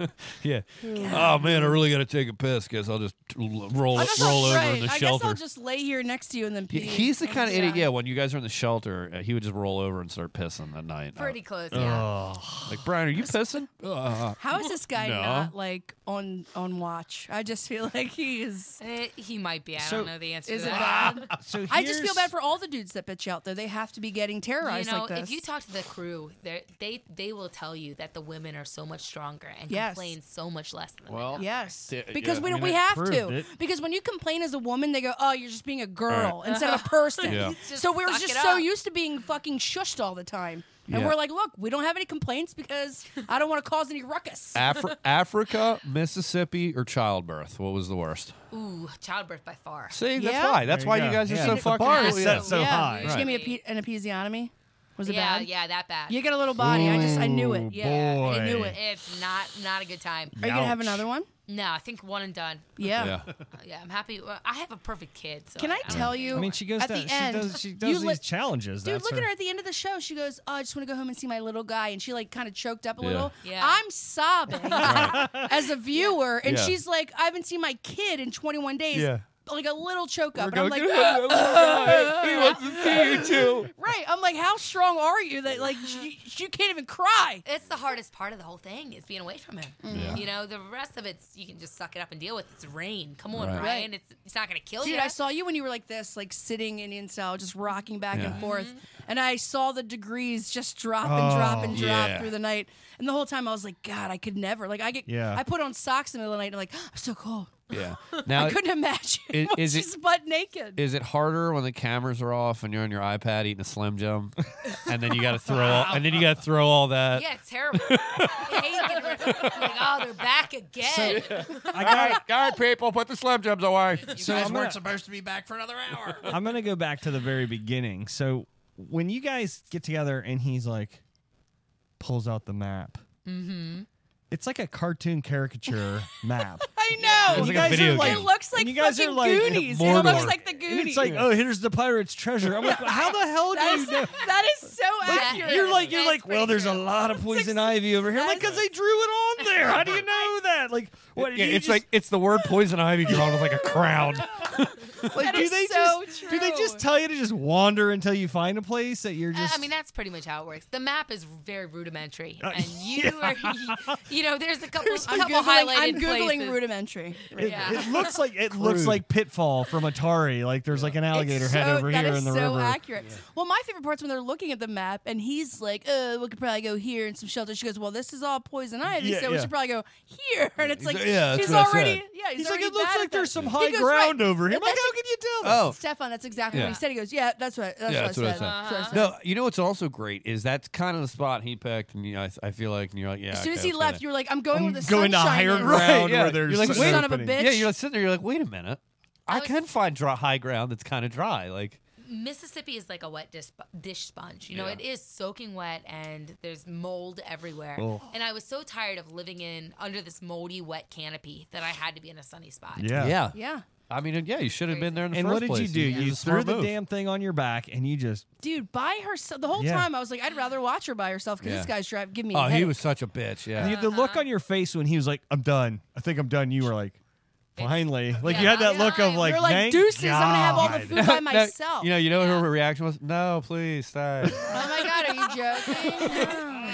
yeah. Oh man, I really gotta take a piss. Guess I'll just roll roll I guess I'll- over right, in the I guess shelter. I'll just lay here next to you and then pee. Yeah, he's the Oh, kind of idiot. yeah. Yeah, when you guys are in the shelter, uh, he would just roll over and start pissing at night. Uh, Pretty close. Yeah. like Brian, are you pissing? Uh, How is this guy No. not like on on watch? I just feel like he is. Eh, he might be. I So- don't know the answer. Is to it that. bad? So I just feel here's- bad for all the dudes that bitch out there. They have to be getting terrorized You know, like this. if you talk to the crew, they're- they they will tell you that the women are so much stronger and Yes. complain so much less. Than the men. well, Yes, Yeah, because yeah. I we don't. mean, it we have proved to. it. Because when you complain as a woman, they go, "Oh, you're just being a girl instead of a person." Yeah. Just So we were suck just it so up. used to being fucking shushed all the time, and Yeah. we're like, "Look, we don't have any complaints because I don't want to cause any ruckus." Afri- Africa, Mississippi, or childbirth? What was the worst? Ooh, childbirth by far. See, that's Yeah. why. That's There why you you go. guys are Yeah. so The fucking. bar is cool, set yeah. so yeah, high. Did you give me a pe- an episiotomy? Was it yeah, bad? yeah, that bad. You get a little body. I just I knew Ooh, it. Yeah, I knew boy. it. It's not not a good time. Are you gonna have Ouch. another one? No, I think one and done. Yeah. Yeah. Yeah, I'm happy. Well, I have a perfect kid. So Can I don't tell think- you? I mean, she goes at down. the she end. does. She you does these li- challenges. Dude, that's look at her at the end of the show. She goes, "Oh, I just want to go home and see my little guy," and she like kind of choked up a Yeah. little. Yeah. I'm sobbing as a viewer, and Yeah. she's like, "I haven't seen my kid in 21 days." Yeah. Like a little choke up, and Go I'm like, "Ah." get him. he wants to see you too. right. I'm like, how strong are you that like you, you can't even cry? It's the hardest part of the whole thing is being away from him. Mm-hmm. Yeah. You know, the rest of it's you can just suck it up and deal with. It's rain. Come on, Right. Brian. It's it's not gonna kill Dude, you. I saw you when you were like this, like sitting Indian style, just rocking back Yeah. Oh, and forth. And I saw the degrees just drop and drop and drop yeah. through the night. And the whole time I was like, God, I could never. Like I get, Yeah. I put on socks in the middle of the night and I'm like, I'm so cold. Yeah. Now I couldn't imagine. i- when is it- she's butt naked? Is it harder when the cameras are off and you're on your iPad eating a Slim Jim, and then you got to throw all, and then you got to throw all that? Yeah, it's terrible. I hate getting rid of them. I'm like, oh, they're back again. I All right, all right, people, put the Slim Jims away. so guys I'm weren't gonna- supposed to be back for another hour. I'm gonna go back to the very beginning. So when you guys get together and he's like pulls out the map. Mm-hmm. It's like a cartoon caricature map. I know. It's You like a guys video are like- game. It looks And like you guys are fucking like Goonies. It Mordor. looks like the And Goonies. it's like, oh, here's the pirate's treasure. I'm like, how the hell do That you is, know? that is so accurate. You're like, you're That's like, well, pretty there's a true. lot of poison ivy over here. I'm like, because they drew it on there. How do you know that? Like, what? Yeah, you it's just- like it's the word poison ivy drawn with like a crown. like, that do is they so just do they just true. tell you to just wander until you find a place that you're Uh, just? I mean, that's pretty much how it works. The map is very rudimentary, Uh, and you are, you know, there's a couple, I'm couple googling, highlighted I'm googling places. rudimentary. It, Yeah. it looks like it looks like Pitfall from Atari. Like there's like an alligator It's head so, over that here is in the so river. accurate. Well, my favorite part's when they're looking at the map and he's like, "Uh, we could probably go here and some shelter." She goes, "Well, this is all poison ivy, Yeah, so we yeah. should probably go here." And it's He's like, like, "Yeah, that's he's what I already, said." yeah, he's, He's like, already it looks bad like at that." there's some He high goes, ground right. over here. But like, that's- how can you tell? Oh, Stefan, that's exactly Yeah. what he said. He goes, "Yeah, that's what, that's yeah, what that's I what I said." said. That's what I No, you know what's also great is that's kind of the spot he picked, and you know, I, I feel like and you're like, yeah. As soon okay, as he I'll say left, that. you were like, "I'm going I'm where the going to sunshine higher is." ground yeah. where there's You're like, an wait, son of a opening. bitch. Yeah, you're like sitting there. You're like, wait a minute. I, was- can find dry, high ground that's kind of dry. Like, Mississippi is like a wet dish, dish sponge. You know, it is soaking wet, and there's mold everywhere. Oh. And I was so tired of living in under this moldy, wet canopy that I had to be in a sunny spot. Yeah. yeah. Yeah, I mean, yeah, you should have been there in the And first what did you place. do? it was You a smart threw the move. damn thing on your back and you just dude, by herself. The whole Yeah. time I was like, "I'd rather watch her by herself because Yeah. this guy's driving give me." a Oh, he headache. was such a bitch. Yeah. You- the look Uh-huh. on your face when he was like, "I'm done. I think I'm done." You were like, "Finally!" Like you Yeah, had that I'm look done. of like, You're like, "Thank "Deuces, I'm gonna have all the God." food by myself." you know, you know what her reaction was? No, please stay. Oh my god, are you joking?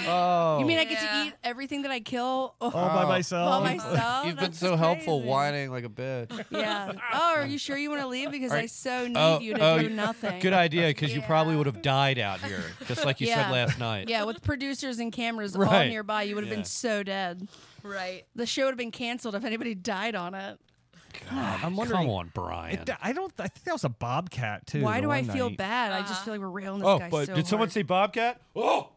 oh, you mean I get Yeah. to eat everything that I kill all all by myself. Oh, by myself? you've been oh, That's so helpful, crazy. whining like a bitch. Yeah. Oh, are you sure you want to leave? Because I right. so need Oh, you to oh, do nothing. Good idea, because you probably would have died out here, just like you Yeah. said last night. Yeah, with producers and cameras all Right. nearby, you would have Yeah. been so dead. Right. The show would have been canceled if anybody died on it. I'm wondering. Come on, Brian. It- I don't. I think that was a bobcat too. Why the do I one feel night. bad? I just feel like we're railing this oh, guy but so did someone hard. say Bobcat? Oh!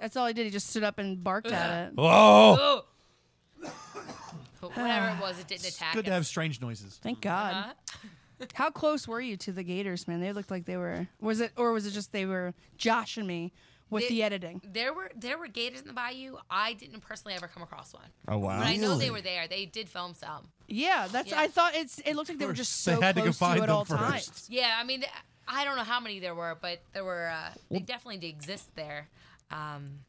That's all he did. He just stood up and barked at it. Oh, Oh. But whatever it was, it didn't attack. Good to us. have strange noises. Thank God. Huh? How close were you to the Gators, man? They looked like they were. Was it or was it just they were joshing me with They- the editing? There were there were gators in the bayou. I didn't personally ever come across one. Oh wow. But I know they were there. They did film some. Yeah, that's. Yeah. I thought it's. It looked like they were just so They had to go close find you at them all first. times. Yeah, I mean, I don't know how many there were, but there were. Uh, they definitely did exist there. Um,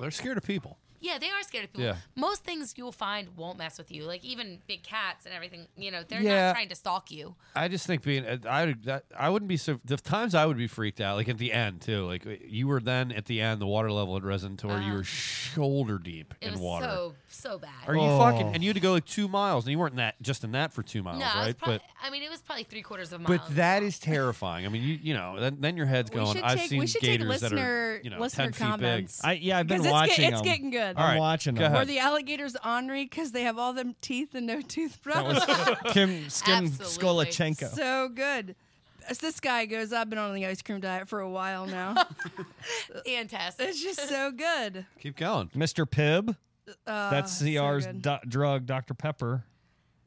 they're scared of people. yeah, they are scared of people. Yeah. Most things you'll find won't mess with you, like even big cats and everything. You know, they're Yeah. not trying to stalk you. I just think being uh, I would- that- I wouldn't be so the times I would be freaked out like at the end too like you were then at the end the water level had risen to where you Uh-huh. were shoulder deep It in was water. so so bad. Are you Oh. fucking and you had to go like two miles and you weren't in that just in that for two miles no, it was right? probably, I mean, it was probably three quarters of a but mile. but that is terrifying. I mean you you know then, then your head's We going. should I've take- seen we should take gators that listener- are you know ten listener comments. feet I, yeah, I've been Because it's, watching get, it's them. getting good. All I'm right, watching go them. Were ahead. the alligators ornery because they have all them teeth and no toothbrush? Kim Skim Absolutely. Skolachenko. so good. As this guy goes, I've been on the ice cream diet for a while now. and test. it's just so good. big. Keep going. Mr. Pibb. Uh, That's so CR's good. do- drug, Dr. Pepper.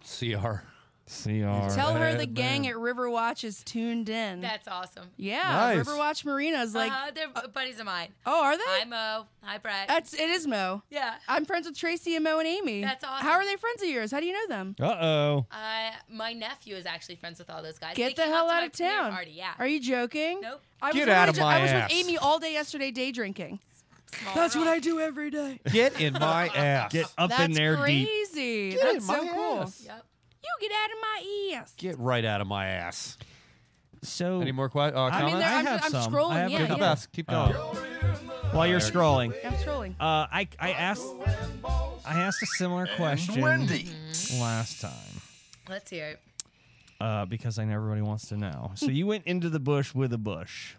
Cr. CR. Tell her the gang at Riverwatch is tuned in. That's awesome. yeah, Nice. Riverwatch Marina is like, uh, they're buddies of mine. oh, are they? Hi Mo. Hi Brett. That's it is Mo. yeah. I'm friends with Tracy and Mo and Amy. That's awesome. How are they friends of yours? How do you know them? Uh oh. Uh, my nephew is actually friends with all those guys. They Get the came hell to out my of premiere town. Party. Yeah. Are you joking? Nope. I was Get out literally of ju- my I was ass. with Amy all day yesterday, day drinking. Small That's what world. I do every day. Get in my ass. Get up That's in there deep. crazy. That's so cool. Yep. You get out of my ass. Get right out of my ass. So Any more quiet uh, I comments? mean, there- I'm- have I'm some. scrolling, I have yeah, a Keep couple. yeah. Keep going. uh, While you're scrolling, I'm scrolling. uh, I I asked I asked a similar question Wendy. Mm-hmm. last time Let's hear it. uh, because I know everybody wants to know. So you went into the bush with a bush.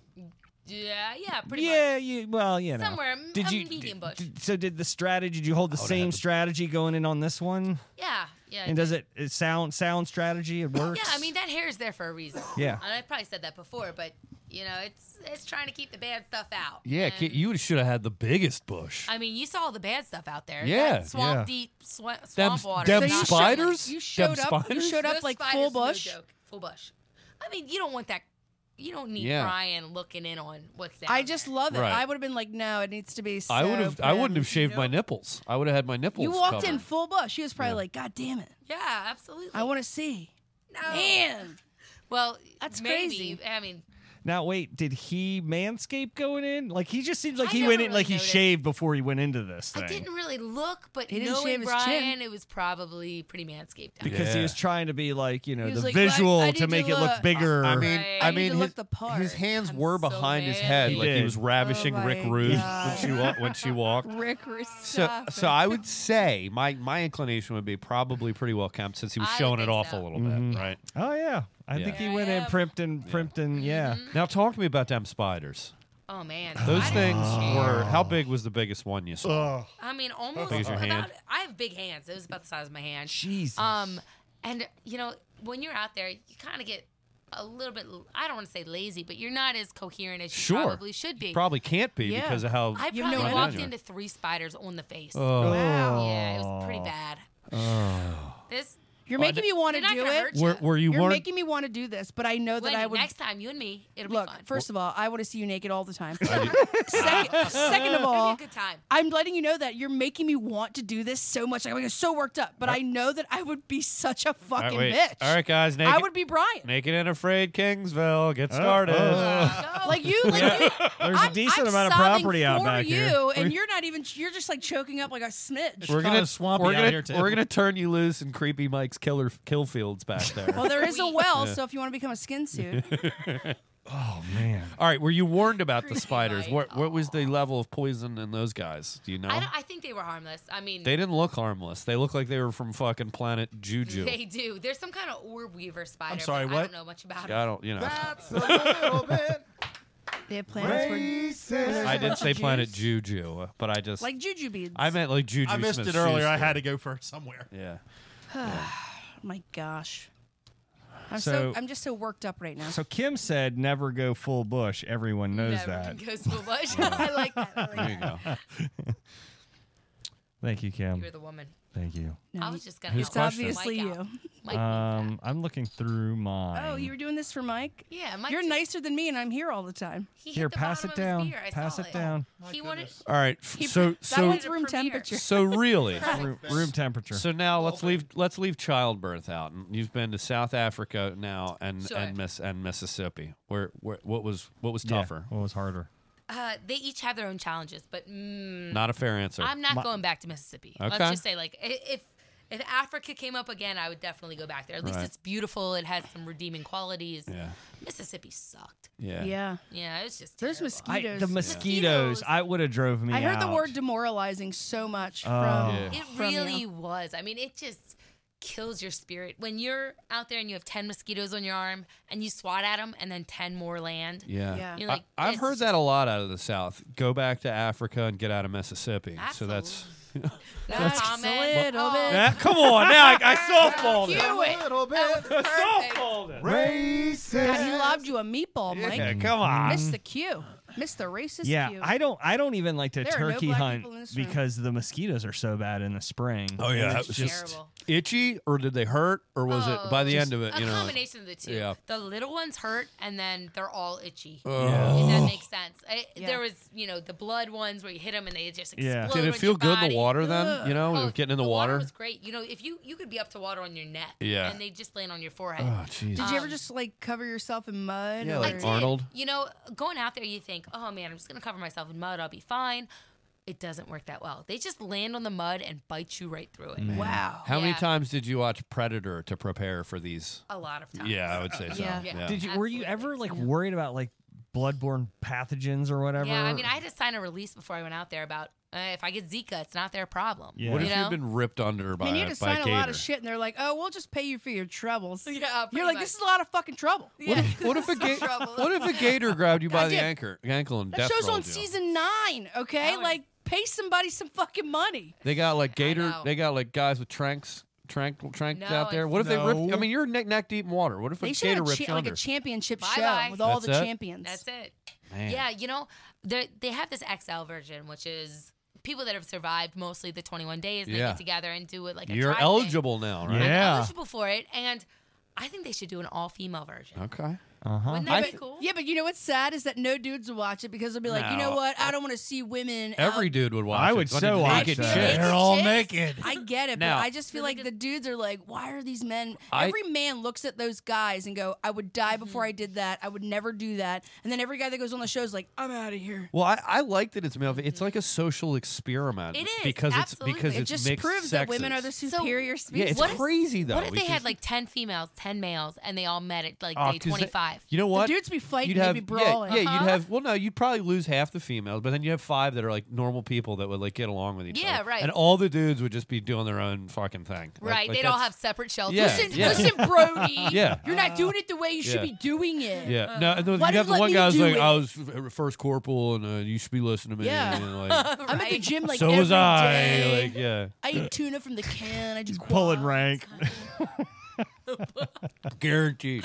Yeah, yeah, pretty much. yeah, you, well, you know. Somewhere, m- Did a you, did- medium bush. did- so did the strategy? Did you hold the same strategy going in on this one? Yeah, yeah. and does it, it sound sound strategy? It works. Yeah, I mean that hair is there for a reason. Yeah. and I probably said that before, but you know, it's it's trying to keep the bad stuff out. Yeah, And- kid, you should have had the biggest bush. I mean, you saw all the bad stuff out there. Yeah, That swamp yeah. deep, swa- Them- swamp water. them Not- You showed- spiders? Them You showed up. You spiders? showed up Those like spiders full is no bush. joke. Full bush. I mean, you don't want that. You don't need Yeah. Brian looking in on what's down I just there. love it. Right. I would have been like, no, it needs to be. So I would have. I wouldn't prim. have shaved my nipples. I would have had my nipples. You walked in covered. full bush. She was probably like, God damn it. Yeah, absolutely. I want to see. no. Man. Well, That's maybe. crazy. I mean, now wait, did he manscape going in? Like he just seems like I he never went in really like he noticed. shaved before he went into this thing. I didn't really look, but He didn't shave knowing his chin. Brian, it was probably pretty manscaped. out. because he Yeah. was trying to be like you know He the was like, "Well, I- visual I to need make to it look look- bigger. I mean, Right. I I need mean, to his, look the part. his hands I'm were so behind his mad. head, He like he did. was ravishing Oh Rick my Rude when God. she wa- when she walked. Rick So, so I would say my my inclination would be probably pretty well kempt since he was I would showing it think off a so. little bit, right? oh yeah, I Yeah. think he Yeah, went in yeah. Primpton, Mm-hmm. Primpton, yeah. Now, talk to me about them spiders. Oh man, Those I didn't things care. were how big was the biggest one you saw? I mean, almost Big as your about. hand. I have big hands. It was about the size of my hand. Jesus. Uh, Um, and you know, when you're out there, you kind of get a little bit. I don't want to say lazy, but you're not as coherent as you Sure. probably should be. Probably can't be Yeah. because of how I You've probably known walked it. into three spiders on the face. Oh. Wow. Yeah, it was pretty bad. This You're making me want to they're not do gonna it. hurt were, were you You're weren't making me want to do this, but I know that Wendy, I would. next time you and me, it'll look, be fun. first of all, I want to see you naked all the time. second, second of it'll be a all, good time. I'm letting you know that you're making me want to do this so much. I'm so worked up, but I know that I would be such a All fucking right, wait. bitch. All right, guys, naked, I would be Brian. naked and afraid Kingsville. Get started. Like you, like you. There's I'm, a decent I'm amount of sobbing property out for back you, here. and you're not even. You're just like choking up like a smidge. We're gonna kinda swampy we're out gonna here, too. we're gonna turn you loose in creepy Mike's killer killfields back there. Well, there is a Sweet. well, so if you want to become a skin suit, Man, All right, were you warned about the Creepy spiders? Mike. What what was the level of poison in those guys? Do you know? I, don't, I think they were harmless. I mean, they didn't look harmless. They look like they were from fucking planet Juju. they do. There's some kind of orb weaver spider. but sorry, I what? don't know much about I it. don't, you know. That's a little bit they have planets for racist. I did bunch say of planet Juju, but I just like juju beads. I meant like Juju. I missed it Smith-Schuster. earlier. I had to go for somewhere. Yeah. oh my gosh, I'm So- so I'm just so worked up right now. so Kim said never go full bush. Everyone knows Never that. goes to a bush. I like that. I like There that. you go. Thank you, Kim. You're the woman. Thank you. I was just gonna. Who's help it's Mike question? obviously out. you. Mike needs Um, I'm looking through mine. Oh, you were doing this for Mike. that. Yeah, Mike. You're just- nicer than me, and I'm here all the time. He hit Here, the pass bottom it of his down. beer. I Pass saw it down. He wanted. All right. So that so one's room Premiere. temperature. so really. Room, room temperature. So now let's leave let's leave childbirth out. And You've been to South Africa now and Sure. and Miss and Mississippi. Where where what was what was Yeah, tougher? What was harder? Uh, they each have their own challenges, but mm, Not a fair answer. I'm not going back to Mississippi. Okay. Let's just say, like, i- if if Africa came up again, I would definitely go back there. At least Right. it's beautiful. It has some redeeming qualities. yeah. Mississippi sucked. Yeah. Yeah, Yeah, it was just there's terrible. I, mosquitoes. the mosquitoes. Mosquitoes. I would have drove me. I heard the out. word demoralizing so much from. Oh. Yeah. It from you. really was. I mean, it just kills your spirit when you're out there and you have ten mosquitoes on your arm and you swat at them and then ten more land. Yeah. Yeah. You're like, I, have this heard is that a lot out of the South. Go back to Africa and get out of Mississippi. So That's a Oh, little that's bit. Yeah, come on now. I, I softballed it. Do it. little bit Softballed it. God, racist. he lobbed you a meatball, Mike. Yeah, come on. Missed the cue. Missed the racist Yeah, cue. I don't. I don't even like to There are no turkey black hunt people in this room. because the mosquitoes are so bad in the spring. Oh yeah, that That's was just terrible. itchy, or did they hurt, or was it by the Oh, end of it? A you know, like- combination of the two. Yeah. The little ones hurt, and then they're all itchy. Ugh. If that makes sense. I, Yeah. There was, you know, the blood ones where you hit them and they just explode. Yeah. Yeah. Did it feel good in the water then? You know, Oh, getting in the, water. water. was great. You know, if you you could be up to water on your neck, Yeah. and they just land on your forehead. Oh, jeez. Did you ever Um, just like cover yourself in mud? Yeah, or... I like did. Arnold? You know, going out there, you think, oh man, I'm just gonna cover myself in mud. I'll be fine. It doesn't work that well. They just land on the mud and bite you right through it. wow. How many Yeah. times did you watch Predator to prepare for these? A lot of times. Yeah, I would say so. Yeah. Yeah. Yeah. Did you? Were you Absolutely. ever like worried about like bloodborne pathogens or whatever. Yeah, I mean, I had to sign a release before I went out there about uh, if I get Zika, it's not their problem. Yeah. What you if know? you've been ripped under I by, mean, you had by to sign a lot gator? of shit, and they're like, "Oh, we'll just pay you for your troubles." Yeah, pretty you're like, much. "This is a lot of fucking trouble." What if, what if a ga- what if a gator grabbed you by the anchor, ankle and That death show's on rolled you? season nine, okay? Like, pay somebody some fucking money. They got like gator. know. They got like guys with tranks, trank, tranks No, out there. What if they ripped? I it's- mean, you're neck neck deep in water. What if They a should have gator a ripped cha- you like under? a championship Bye show bye. with all That's the it? champions. That's it. Man. Yeah, you know, they they have this XL version, which is people that have survived mostly the 21 days. They Yeah. get together and do it like a You're tri- eligible now, right? I'm eligible for it, and I think they should do an all female version. Okay. Uh huh. Wouldn't that be cool? Yeah, but you know what's sad is that no dudes will watch it because they'll be like, you know No. what? I don't want to see women. Every out- dude would watch. I it. would Fucking so watch naked that. chicks. They're all chicks? naked. I get it, Now- but I just feel like the dudes are like, why are these men? I- every man looks at those guys and go, I would die before I did that. I would never do that. And then every guy that goes on the show is like, I'm out of here. Well, I, I like that it's male. It's like a Mm-hmm. social experiment. It is, because absolutely. it's because It it's just mixed Proves that women are sexes. the superior species. Yeah, it's What if- crazy though. What if We they can- had like 10 females, 10 males, and they all met at like Oh, day 'cause they- 25? you know what? dudes be fighting, You'd they'd have, be brawling. Yeah, yeah Uh-huh. you'd have. Well, no, you'd probably lose half the females, but then you have five that are like normal people that would like get along with each Yeah, other. right. And all the dudes would just be doing their own fucking thing. Like- Right, like they'd all that's- have separate shelters. Yeah, listen, yeah. listen, Brody. Yeah. You're not doing it the way you should Yeah. be doing it. Yeah, no, and then Why you do have you the let one me guy's do like, it? "I was f- first corporal, and uh, you should be listening to me." Yeah. and, like, I'm at the gym like so was every I. day. Like, yeah, I eat tuna from the can. I do Pulling rank. guaranteed.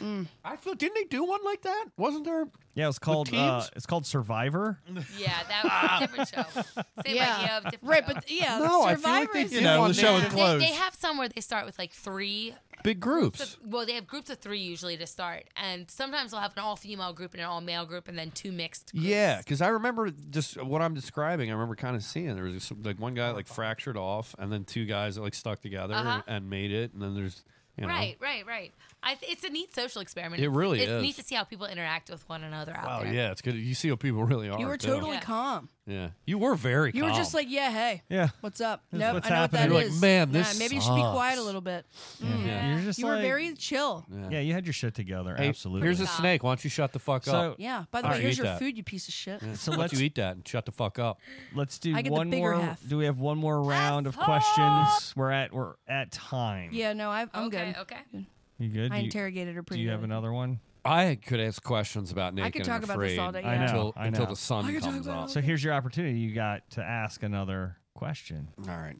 Mm. I feel. Didn't they do one like that? Wasn't there? Yeah, it's called uh, teams? it's called Survivor. Yeah, that was a different show. Same Yeah. idea of different Right, show. but yeah, No, I feel like Survivor they is did You know, one the show is They- They, have some where they start with like three. Big groups. Well, they have groups of three usually to start, and sometimes they'll have an all-female group and an all-male group, and then two mixed. Groups. Yeah, because I remember just what I'm describing. I remember kind of seeing there was just, like one guy like fractured off, and then two guys that like stuck together Uh-huh. and, and made it, and then there's you know. Right, right, right. I th- it's a neat social experiment. It It's- really it's is. neat to see how people interact with one another out Oh there. yeah, it's good. You see how people really are. You were too. totally Yeah. calm. Yeah, you were very. You were just calm. like, yeah, hey, Yeah. what's up? This is Nope, what's I know what that happening. is. You're like, "Man, Nah, this maybe you should be quiet a sucks." little bit. Yeah. You're just You were like- very chill. Yeah, you had your shit together. Hey, Absolutely. Here's a snake. Why don't you shut the fuck So- up? Yeah. By the All way, right, here's eat your that. food, you piece of shit. So let let's- you eat that and shut the fuck up. Let's do I get the one bigger more. half. Do we have one more round of questions? We're at we're at time. Yeah, no, I, I'm Okay, good. okay. You good? I Do you- interrogated her Do pretty you have good. another one? I could ask questions about naked. talk and about this Afraid all day, I yeah. know, Until, I until know. the sun comes up. So here's your opportunity. You got to ask another question. All right,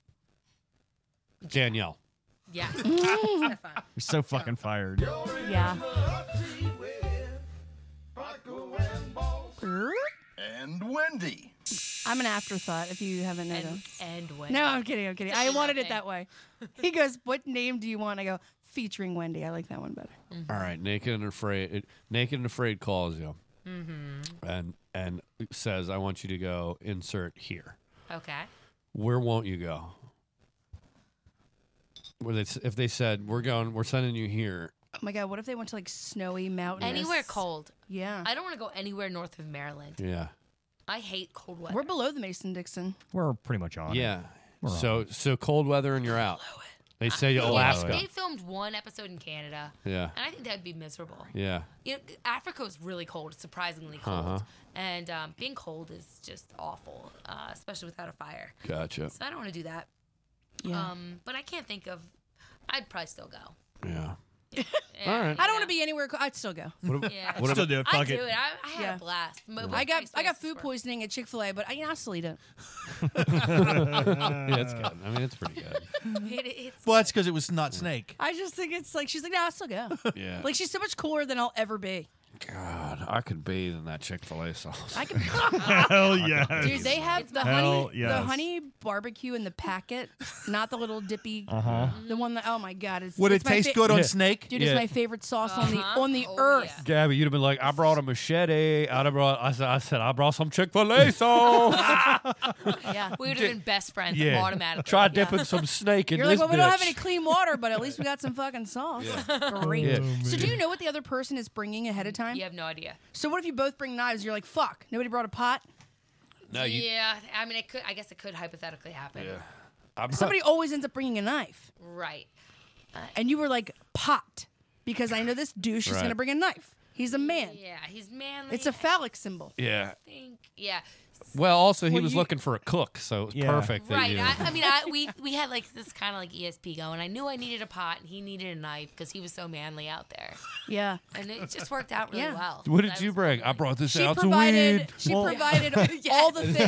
Danielle. Yeah. Stefan. You're so fucking fired. Yeah. And Wendy. I'm an afterthought if you haven't and, noticed. and when? No, I'm kidding. I'm kidding. It's a I wanted thing. it that way. He goes, What name do you want? I go, Featuring Wendy. I like that one better. All right, naked and afraid. It, naked and afraid calls you, Mm-hmm. and and says, "I want you to go insert here." Okay. Where won't you go? Where they, s- if they said, "We're going, we're sending you here," Oh my God, what if they went to like snowy mountains? Anywhere cold. Yeah. I don't want to go anywhere north of Maryland. yeah, I hate cold weather. We're below the Mason Dixon. We're pretty much on. it. yeah. We're on So so cold weather and you're out. They say They- Alaska. They filmed one episode in Canada, Yeah, and I think that'd be miserable. yeah. You know, Africa was really cold, surprisingly cold, Uh-huh. and um, being cold is just awful, uh, especially without a fire. Gotcha. So I don't want to do that. Yeah. Um, but I can't think of. I'd probably still go. Yeah. Yeah, All right. I don't want to be anywhere. Co- I'd still go. What ab- Yeah. what ab- do it. I Fuck do it. it. I, I had Yeah. a blast. Mobile I got I got experiences food were- poisoning at Chick Fil A, but I, I still eat it. Uh, yeah, it's good. I mean, it's pretty good. It, it's Well, that's because it was not snake. I just think it's like she's like, no, I still go. Yeah. Like she's so much cooler than I'll ever be. God, I could bathe in that Chick Fil A sauce. I can, Hell yeah. dude. They have the Hell honey, the yes. honey barbecue in the packet, not the little dippy, Uh Uh-huh. huh. the one that. Oh my god, it's. Would it it's my taste fa- good on Yeah. snake? Dude, it's Yeah. my favorite sauce on the Uh-huh. on the Oh, earth. yeah. Gabby, you'd have been like, I brought a machete. I'd have brought. I said, I said, I brought some Chick Fil A sauce. Yeah. we would have been best friends Yeah. automatically. Try dipping some snake in You're like, this well, we don't have bitch." any clean water, but at least we got some fucking sauce. Great. Oh, Yeah. So do you know what the other person is bringing ahead of time? You have no idea. So what if you both bring knives? You're like, fuck, nobody brought a pot. No, you. yeah, I mean, it could. I guess it could hypothetically happen. I'm not- Somebody always ends up bringing a knife, Right. and you were like, pot, because I know this douche is Right. gonna bring a knife. He's a man. Yeah, he's manly. It's a phallic symbol. Yeah. think. Yeah. Well, also he Well, was you- looking for a cook, so it was perfect. that Right. you- I, I mean, I, we we had like this kind of like ESP going. I knew I needed a pot, and he needed a knife because he was so manly out there. Yeah. And it just worked out really Yeah. well. what did you bring? I brought this She out provided. to weed. She provided all the things.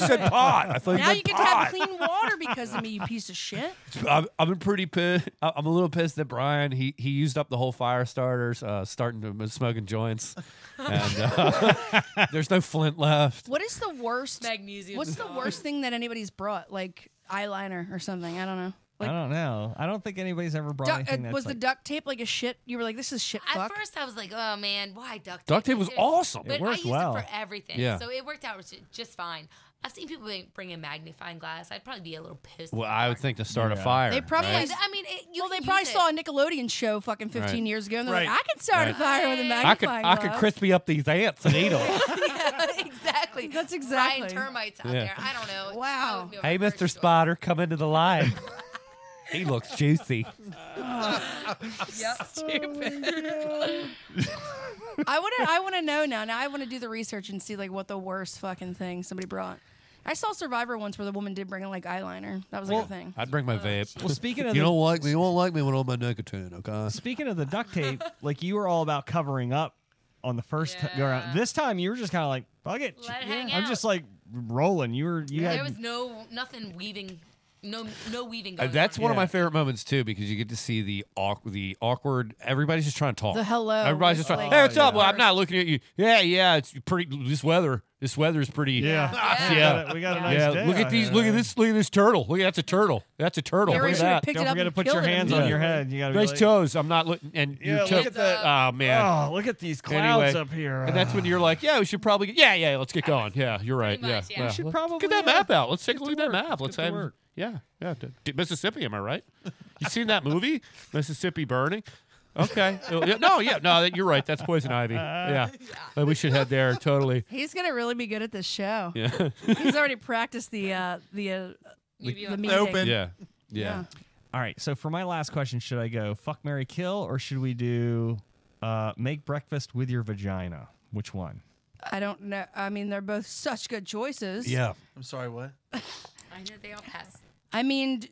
you said pot. I thought you now meant you can pot. have clean water because of me, you piece of shit. I'm, I'm pretty pissed. I'm a little pissed that Brian he he used up the whole fire starters, uh, starting to smoking joints, and uh, there's no flint left. What is the worst magnesium? What's the worst thing that anybody's brought? Like eyeliner or something? I don't know. I don't know. I don't think anybody's ever brought Duck, anything uh, that's was the like, duct tape like a shit? You were like, this is shit. At Fuck. first, I was like, "Oh man, why duct tape?" Duct tape was Like, there's- awesome. But I used it for everything, Yeah. so it worked out ju- just fine. I've seen people bring- bring a magnifying glass. I'd probably be a little pissed. well, I would think to start a Yeah. fire. They probably. right? I mean, it, you well, they can probably use it. saw a Nickelodeon show fucking 15 Right. years ago, and they're Right. like, I can start Right. a fire with a I could magnifying I could glass." crispy up these ants and eat them. Yeah, exactly. That's Brian exactly. termites out Yeah. there. I don't know. It's- I Wow. would feel hey, very Mister Spotter, come into the line. he looks juicy. I want to. I want to know now. Now I want to do the research and see like what the worst fucking thing somebody brought. I saw Survivor once where the woman did bring like eyeliner. That was like a thing. I'd bring my vape. Well, speaking of you the- don't like me, you won't like me when I'm my nicotine. Okay. Speaking of the duct tape, like you were all about covering up on the first t- go around. This time you were just kind of like, fuck it. Let it hang I'm out. just like rolling. You were you There had was no nothing weaving, no no weaving. Uh, Going That's on. one of my favorite moments too, because you get to see the awk- the awkward. Everybody's just trying to talk. The hello Everybody's was just trying. like- hey, what's up? Oh, Well, yeah. I'm not looking at you. Yeah, yeah. It's pretty. This weather. This weather's pretty. Yeah. Yeah. Yeah. Yeah, we got a nice Yeah, day look at out these. here, Look at right? this. Look at this turtle. Look at that's a turtle. That's a turtle. Gary Look should've at that. picked Don't it up forget to and put killed your it hands on immediately. your head. You got to Nice like, toes. I'm not looking. And Yeah, your look toe. at that. Oh man. Oh, look at these clouds Anyway, up here. And that's when you're like, yeah, we should probably. Get, yeah, yeah. Let's get going. Yeah, you're right. Pretty Yeah, much, yeah. yeah. We should Let's probably, get that yeah, map out. Let's take a get look to at that work. map. Let's Get to have. work. Yeah, yeah. D- d- Mississippi. Am I right? You seen that movie, Mississippi Burning? Okay. Oh, yeah, No, yeah, no. that- You're right. That's poison ivy. Yeah. But we should head there. Totally. He's gonna really be good at this show. Yeah. He's already practiced the uh, the uh, You'd be the like, meeting. Open. Yeah. Yeah. All right. So for my last question, should I go fuck Mary Kill or should we do uh, make breakfast with your vagina? Which one? I don't know. I mean, they're both such good choices. I'm sorry, what? I know they all pass. I mean, d-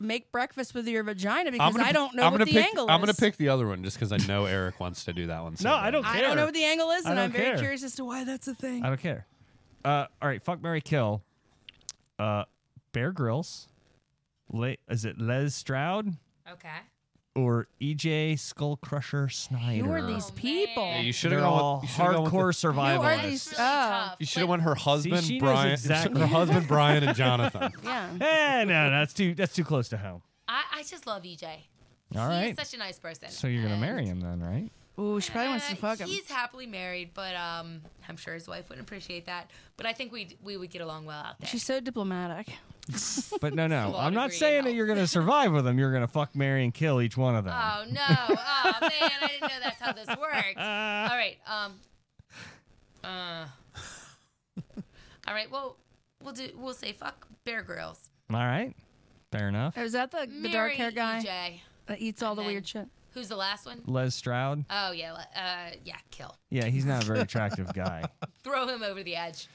make breakfast with your vagina because I p- don't know I'm what gonna the pick, angle is. I'm gonna pick the other one just because I know Eric wants to do that one. so No, I bad. don't I care. don't know what the angle is, I and don't I'm care. very curious as to why that's a thing. I don't care. Uh, all right, fuck Mary Kill. Uh, Bear Grylls. Le- is it Les Stroud Okay. or EJ Skull Crusher Snyder? Who are these Oh, people? man. Yeah, you should They're have all gone with, hardcore Who are survivalists. these? Really Oh, tough, You should have but went her husband she knows Brian. exactly. Her husband Brian and Jonathan. yeah. Eh, no, no, that's too that's too close to home. I, I just love EJ. All He's right. such a nice person. So you're gonna And, marry him then, right? Ooh, she probably wants to uh, fuck him. He's happily married, but um, I'm sure his wife wouldn't appreciate that. But I think we we would get along well out there. She's so diplomatic. But no, no, Law I'm not degree saying that helps. you're gonna survive with them. You're gonna fuck, marry, and kill each one of them. Oh no! Oh man, I didn't know that's how this worked. All right. Um. Uh. All right. Well, we'll do. We'll say fuck Bear Grylls. All right, fair enough. Oh, Is that the, the dark hair Marry guy EJ. that eats all the E And then- weird shit? Who's the last one? Les Stroud. Oh yeah. le- Uh. Yeah. Kill. Yeah, he's not a very attractive guy. Throw him over the edge.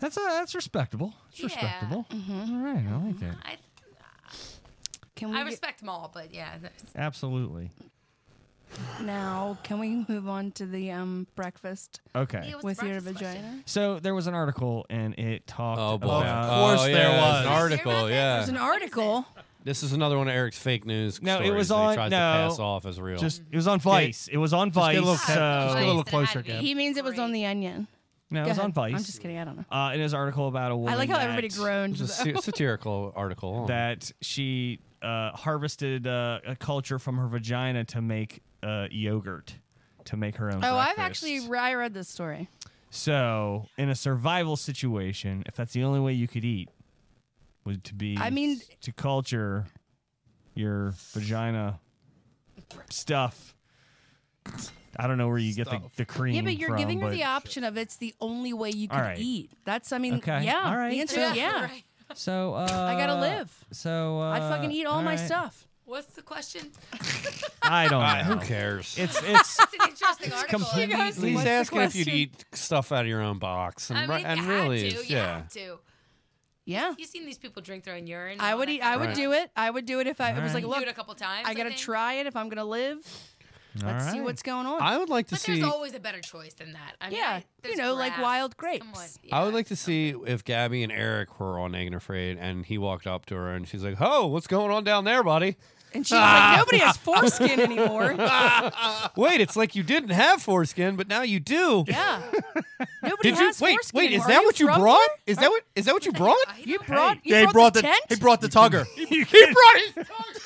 That's uh that's respectable. It's Yeah. respectable. Mm-hmm. All right, I like that. I. Can we I get- respect them all, but yeah. there's- Absolutely. now? Can we move on to the um breakfast Okay. Yeah, what's the with your breakfast question? vagina? So there was an article and it talked Oh, about Oh, Oh, Of course there was. an Did you hear about article. that? Yeah, There's an article. this is another one of Eric's fake news. No, it stories was that on- He tries no. to pass off as real. just it was on Vice. It was on Vice. get a little- so, just get Uh, a little Nice, that closer, had to be Gab. He means it was on great. the onion. no, it Go was on ahead. Vice. I'm just kidding. I don't know. Uh, and it was an article about a woman. I like how that, everybody groaned. It was a sa- satirical article. that she uh, harvested uh, a culture from her vagina to make uh, yogurt to make her own. Oh, I've breakfast. actually re- I read this story. So in a survival situation, if that's the only way you could eat, would to be I mean- to culture your vagina stuff. I don't know where you get the, the cream. Yeah, but you're from, giving her but- the option of it's the only way you All could right. eat. That's I mean, Okay. yeah. All right. The answer is Yeah, yeah. right. So uh, I gotta live. So uh, I'd fucking eat all, my right. stuff. What's the question? I don't know. who cares? It's it's It's an interesting interesting It's article. completely. He's asking if you'd eat stuff out of your own box, and, I mean, ri- you and had really, to, it's- you yeah. have to. Yeah. You've seen these people drink their own urine. I would eat. I would Right. do it. I would do it if I it was Alright. like, You do look, it a couple times, I I gotta think. try it if I'm gonna live. Let's see what's going on. I would like to but see. there's always a better choice than that. I mean, Yeah, I- you there's know, like grass. wild grapes. Come on. I would like to see if Gabby and Eric were on Naked and Afraid, and he walked up to her, and she's like, "Oh, what's going on down there, buddy?" And she's like, "Nobody has foreskin anymore." wait, it's like you didn't have foreskin, but now you do. Yeah. Nobody Did you has wait? foreskin Wait, is anymore. that Are what you from brought? here? Is that what? Is that what you brought? You brought. Yeah, he You brought brought the the- tent. he brought the tugger. He brought his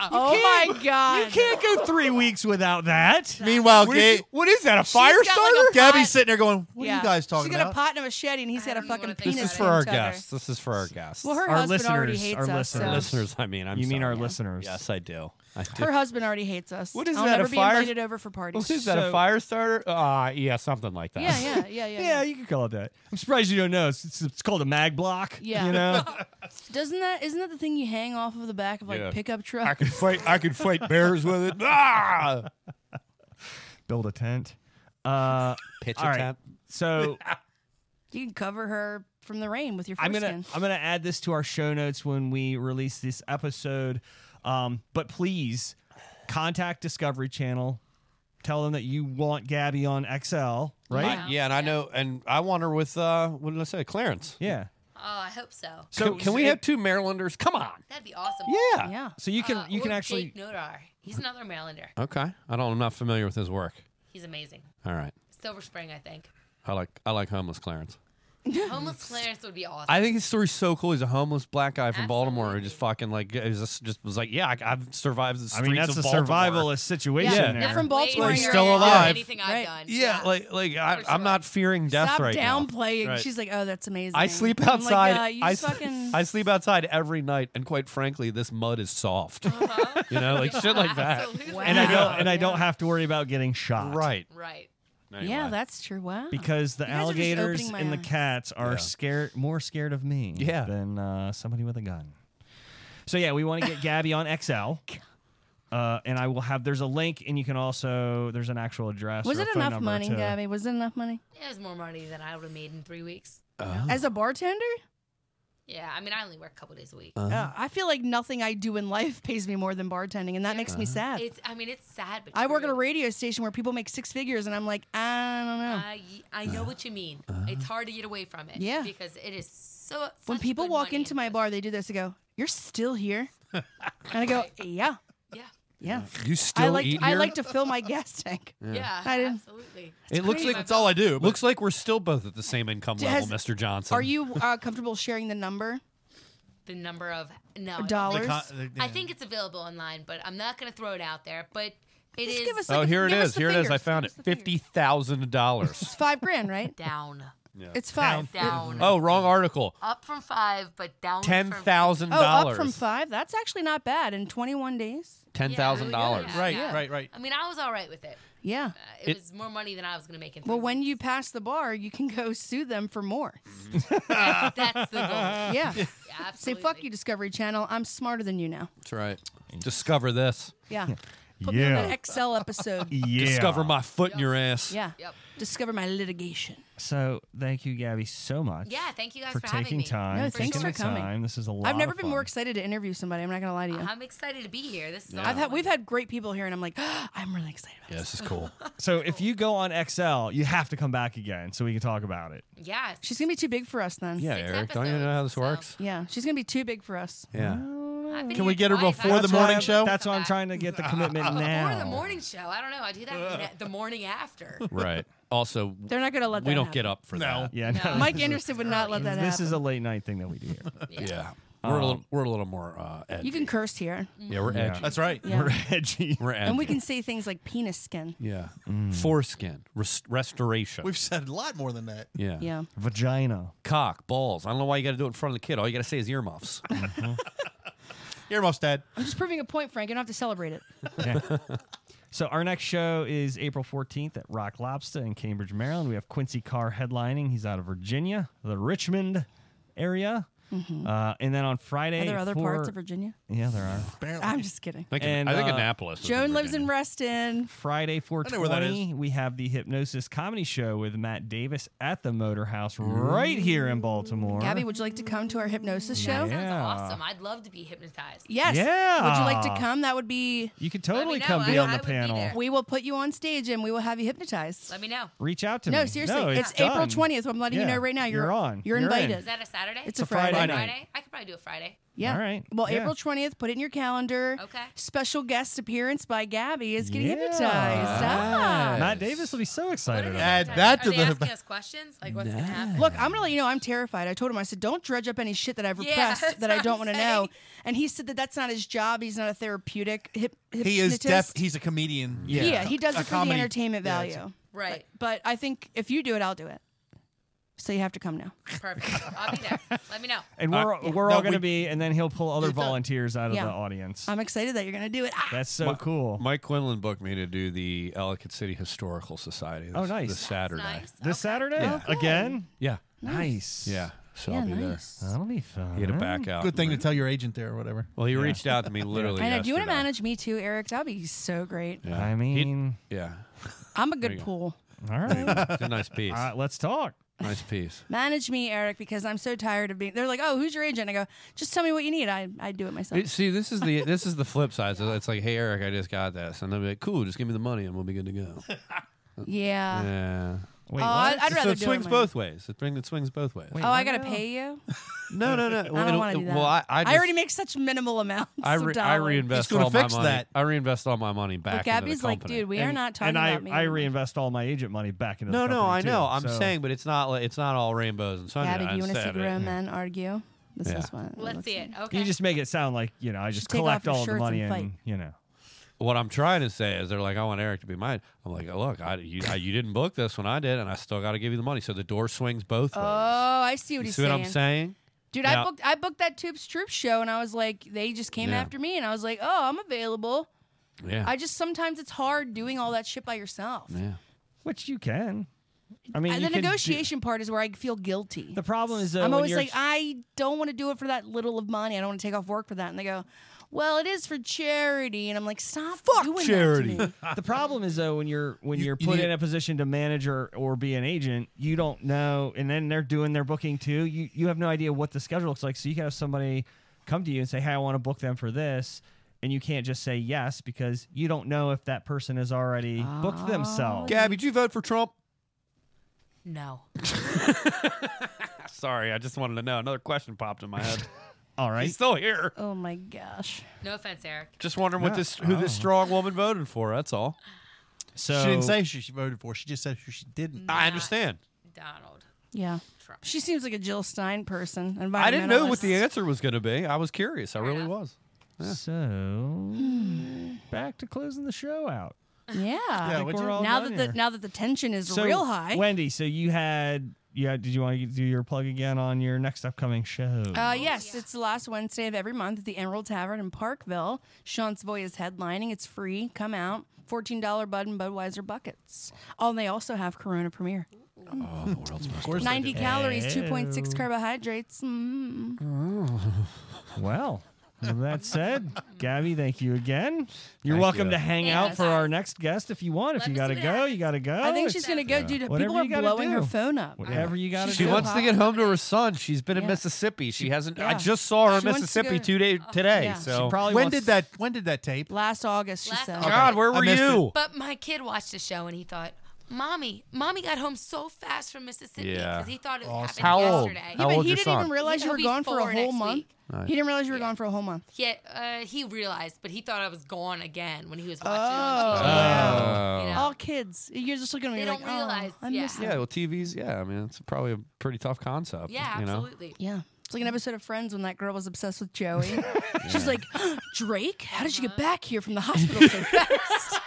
Oh my god! You can't go three weeks without that. Meanwhile, What is- Gabe- what is that? A She's fire got like starter? a pot- Gabby's sitting there going, "What Yeah. are you guys talking She's got about?" a pot and a machete, and he's got a fucking penis. This is for in our his tugger. guests. This is for our guests. Well, her Our husband already listeners, hates our us, listeners. so- Listeners, I mean, I'm You mean sorry. our listeners. Yes, I do. I do. Her husband already hates us. What is I'll that, a Never be fire- invited over for parties. What is that? a fire starter? Uh, yeah, something like that. Yeah, yeah, yeah, yeah. Yeah, you can call it that. I'm surprised you don't know. It's, it's, it's called a mag block. Yeah. You know? Doesn't that isn't that the thing you hang off of the back of like Yeah. pickup truck? fight. I could fight bears with it. Ah! Build a tent. Uh, Pitch a tent. So You can cover her from the rain with your I'm foreskin. gonna I'm gonna add this to our show notes when we release this episode. Um, but please contact Discovery Channel. Tell them that you want Gabby on XL, Right? right? Yeah, and I know, and I want her with uh, what did I say? Clarence. Yeah. Oh, I hope so. So can, can we have two Marylanders? Come on. That'd be awesome. Yeah. Yeah. So you can- Uh, you can or actually- Jake Nodar. He's another Marylander. Okay. I don't. I'm not familiar with his work. He's amazing. All right. Silver Spring, I think. I like I like homeless Clarence. Homeless Clarence would be awesome. I think his story's so cool. He's a homeless black guy from Baltimore who just fucking like is just, just was like, yeah, I, I've survived the I streets mean, that's of a Baltimore. survivalist situation Yeah. there. You're from Baltimore, He's you're still you're alive. Anything I've done. Yeah, like like I, I'm not fearing death Stop right now. downplaying. Right. She's like, oh, that's amazing. I sleep I'm outside. Like, uh, you I, s- fucking. I sleep outside every night, and quite frankly, this mud is soft. Oh. you know, like shit like that. And I don't and I don't have to worry about getting shot. Right. Right. Yeah, that's true. Wow. Because the You guys are just opening alligators my and the eyes. cats are Yeah. scared more scared of me Yeah. than uh, somebody with a gun. So yeah, we want to get Gabby on XL. Uh, and I will have there's a link and you can also there's an actual address. Was or a it phone enough number money, to- Gabby? Was it enough money? It was more money than I would have made in three weeks. As a bartender? Yeah, I mean, I only work a couple days a week. Uh-huh. Yeah, I feel like nothing I do in life pays me more than bartending, and that makes me sad. It's. I mean, it's sad, but I work at a radio station where people make six figures, and I'm like, I don't know. I, I know what you mean. It's hard to get away from Uh. it. Uh-huh. Yeah. Because it is so. when such people good walk money. into my bar, they do this. They go, "You're still here," and I go, "Yeah, Yeah. yeah." You I still like eat I here? like to fill my gas tank. Yeah. Yeah, I didn't- absolutely. It looks like that's all I do. Looks like we're still both at the same income level, Has- Mr. Johnson. Are you uh, comfortable sharing the number? The number of no I don't- Dollars? The con- the- I think it's available online, but I'm not going to throw it out there. But it is. oh, here it is. Here it is. I found it. Fifty thousand dollars. It's five grand, right? Down. It's five. Down. Oh, wrong article. Up from five, but down. Ten from- thousand Oh, up from dollars. five. That's actually not bad in 21 days. Ten thousand dollars. Yeah, yeah. I mean, I was all right with it. Yeah. Uh, it, It- was more money than I was going to make in. Well, when you pass the bar, you can go sue them for more. That's the goal. Yeah. Yeah, Say fuck you, Discovery Channel. I'm smarter than you now. That's right. Discover this. Yeah. Put me on Yeah. an Excel episode. Discover my foot in your ass. Yeah. Discover my litigation. So thank you, Gabby, so much. Yeah, thank you guys for, for having taking me. time. No, taking thanks for the coming. Time. This is a lot. I've never of been fun. more excited to interview somebody. I'm not gonna lie to you. I'm excited to be here. This is. Yeah. awesome. I've had, we've had great people here, and I'm like, I'm really excited. Yeah, this is cool. So if you go on XL, you have to come back again so we can talk about it. Yeah. She's gonna be too big for us then. Yeah, Eric. Don't you know how this works? Yeah, she's gonna be too big for us. Yeah. Can we get her before the That's why morning I'm- show? That's why I'm trying to get the commitment now. Or Uh, the morning show. I don't know. I do that ne- the morning after. Right. Also, They're not gonna let we that don't happen. get up for that. Yeah, no. Mike this is- Anderson would not let that This happen. is a late night thing that we do here. Yeah. We're, a little, we're a Mm-hmm. little more uh, edgy. you can curse here, yeah, we're edgy. That's right. Yeah. We're edgy. We're edgy. and we can say things like penis skin. Yeah. Foreskin. Rest- restoration. We've said a lot more than that. yeah. Yeah. Vagina. Cock. Balls. I don't know why you got to do it in front of the kid. All you got to say is earmuffs. Mm-hmm. earmuffs, Dad. I'm just proving a point, Frank. You don't have to celebrate it. So our next show is April 14th at Rock Lobster in Cambridge, Maryland. We have Quincy Carr headlining. He's out of Virginia, the Richmond area. Mhm. Uh, and then on Friday, Are there other for- parts of Virginia? Yeah, there are. I'm just kidding. And, uh, Joan lives in Reston. Friday, I know where that 420, we have the Hypnosis Comedy Show with Matt Davis at the Motor House right here in Baltimore. Gabby, would you like to come to our hypnosis show? That sounds Yeah. Awesome. I'd love to be hypnotized. Yes. Would you like Yeah. to come? That would be. you could totally come be on the panel. We will put you on stage and we will have you hypnotized. Let me know. Reach out to no, me. seriously. No, it's done. April 20th. I'm letting you Yeah, know right now. You're, you're on. You're, You're in. invited. Is that a Saturday? It's a Friday, night. Friday? I could probably do a Friday. Yeah. All right. Well, Yeah. April 20th, put it in your calendar. Okay. Special guest appearance by Gabby is getting Yeah. hypnotized. Ah. Matt Davis will be so excited. about Add that. that to Are they the. asking us questions? Like what's gonna happen? Look, I'm gonna let you know I'm terrified. I told him I said don't dredge up any shit that I've Yeah, repressed that's that I what don't I'm want to know. And he said that that's not his job. He's not a therapeutic hip, He is hypnotist. deaf. He's a comedian. Yeah, he does A it for comedy- the entertainment yeah, value. it's- Right. But, I think if you do it, I'll do it. So you have to come now. Perfect. I'll be there. Let me know. And we're, Uh, Yeah. we're No, all going to we- be, and then he'll pull other volunteers out of Yeah. the audience. I'm excited that you're gonna do it. Ah! That's so Mi- cool. Mike Quinlan booked me to do the Ellicott City Historical Society. This, Oh, nice. This Saturday. This Saturday? Yeah. Oh, Again? Yeah. Nice. Yeah. So Yeah, I'll be nice. there. That'll be fun. He had to back out. Good thing to tell your agent there or whatever. Well, he Yeah. reached out to me literally. I know. Do you want to yesterday. manage me too, Eric? That'd be so great. Yeah. I mean, yeah. I'm a There good you go. pool. All There you go. right. It's a nice piece. All right, let's talk. Nice piece. Manage me, Eric, because I'm so tired of being. They're like, "Oh, who's your agent?" I go, "Just tell me what you need. I I do it myself." It- see, this is the this is the flip side. So it's like, hey Eric, I just got this, and they'll be like, cool, just give me the money, and we'll be good to go. yeah. yeah. Wait, Oh, what? I'd- I'd so rather it do it swings myself. both ways. It bring it swings both ways. oh, I gotta pay you. No, no, no. I don't want to do that. Well, I, I, just, already make such minimal amounts. I, of re- I dollars. reinvest all my money. I reinvest all my money back. into the Gabby's like, company. dude, we are not talking and I, about me I anymore. reinvest all my agent money back into No, the no, I company, too, know. I'm so- saying, but it's not like it's not all rainbows and sunshine. Gabby, do you want to see Saturday. grown men argue? This Yeah. is what. it Let's looks see it. like. Okay. You just make it sound like, you know, I just Should take off collect your all the shirts money and and, fight. you know. What I'm trying to say is, they're like, I want Eric to be mine. I'm like, oh, look, I you, I, you didn't book this when I did, and I still got to give you the money. So the door swings both Oh, ways. I see what you he's see saying. what I'm saying? Dude, I Now- booked I booked that Tubes Troop show, and I was like, they just came Yeah. after me, and I was like, oh, I'm available. Yeah. I just sometimes it's hard doing all that shit by yourself. yeah. Which you can. I mean, and you Uh, the can do- negotiation part is where I feel guilty. the problem is, though, I'm when always you're- like, I don't want to do it for that little of money. I don't want to take off work for that. And they go, Well, it is for charity. And I'm like, Stop doing That to me. the problem is though when you're when you, are you put need- in a position to manage or, or be an agent, you don't know, and then they're doing their booking too. You you have no idea what the schedule looks like, so you can have somebody come to you and say, "Hey, I want to book them for this." And you can't just say yes because you don't know if that person has already booked Oh. themselves. Gabby, did you vote for Trump? No. Sorry, I just wanted to know. Another question popped in my head. All right. He's still here. Oh my gosh. No offense, Eric. Just wondering what Yeah. this who this Oh. strong woman voted for. That's all. So she didn't say who she voted for. She just said who she didn't. I understand. Donald. Yeah. Trump. She seems like a Jill Stein person. I didn't know what the environmentalist. answer was going to be. I was curious. I really was. So back to closing the show out. Yeah. think would we're you? all now done that the here. now that the tension is So, real high. Wendy, so you had yeah, did you want to do your plug again on your next upcoming show? Uh, yes, it's the last Wednesday of every month at the Emerald Tavern in Parkville. Sean Savoy is headlining. It's free. Come out. $14 Bud and Budweiser buckets. Oh, and they also have Corona Premier. Oh, the world's most. course they 90 do. calories, Ew. 2.6 carbohydrates. Mm. Well, with that said, Gabby, thank you again. You're Thank welcome you. to hang out for our next guest if you want. If Let you me got to see go, what you got to go. I think It's she's going to go, dude. Oh, Whatever People are you gotta blowing her do. phone up. Whatever you got to She do. wants to get home to her son. She's been in Yeah. Mississippi. She hasn't. I yeah. just saw her in She wants to Mississippi go- two day today. yeah. She So Probably When wants- did that? When did that tape? Last August, she Last said. August. God, where I were missed you? But my kid watched the show and he thought, "Mommy, mommy got home so fast from Mississippi because Yeah. he thought it happened How old? yesterday." How yeah, but old's he your didn't son? even realize you He'll were be gone for four a whole next month. week. Nice. He didn't realize you were gone for a whole month. Yeah, uh, he realized, but he thought I was gone again when he was watching. Oh. it Oh. on TV, you know? All kids, you're just looking at me They like, don't realize, oh, I yeah. miss them. yeah, well, TV's. Yeah, I mean, it's probably a pretty tough concept. yeah, you know? absolutely. Yeah. It's like an episode of Friends when that girl was obsessed with Joey. She's like, Drake, how did you Uh-huh. get back here from the hospital so fast?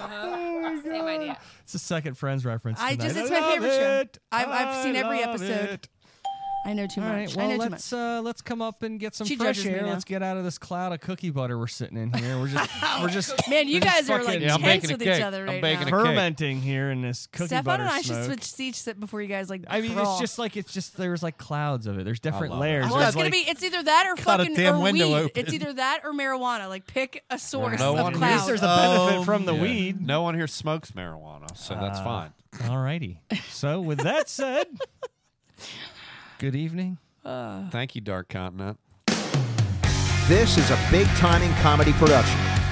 Uh-huh. Same idea. It's the second Friends reference. I tonight. just- it's my love favorite show. it. I've- I've seen every love episode. it. I know too All much. right, I well, know too let's uh, let's come up and get some She fresh judges me air. now. Let's get out of this cloud of cookie butter we're sitting in here. We're just we're just Man, you we're just guys are, like, uh, fucking Yeah, I'm tense baking a with each cake. other I'm right baking now. a cake. fermenting here in this cookie much. Stefan butter and I should smoke. switch seats before you guys like. I mean, brawl. it's just like it's just there's like clouds of it. There's different love it. layers. Well, There's Oh, it's gonna like- be. It's either that or Cut a fucking damn or window weed. open. It's either that or marijuana. Like pick a source no of one cloud. here- Oh. benefit from the weed. No one here smokes marijuana, so that's Uh, fine. All righty. So with that said, good evening. Thank you, Dark Continent. This is a big timing comedy production.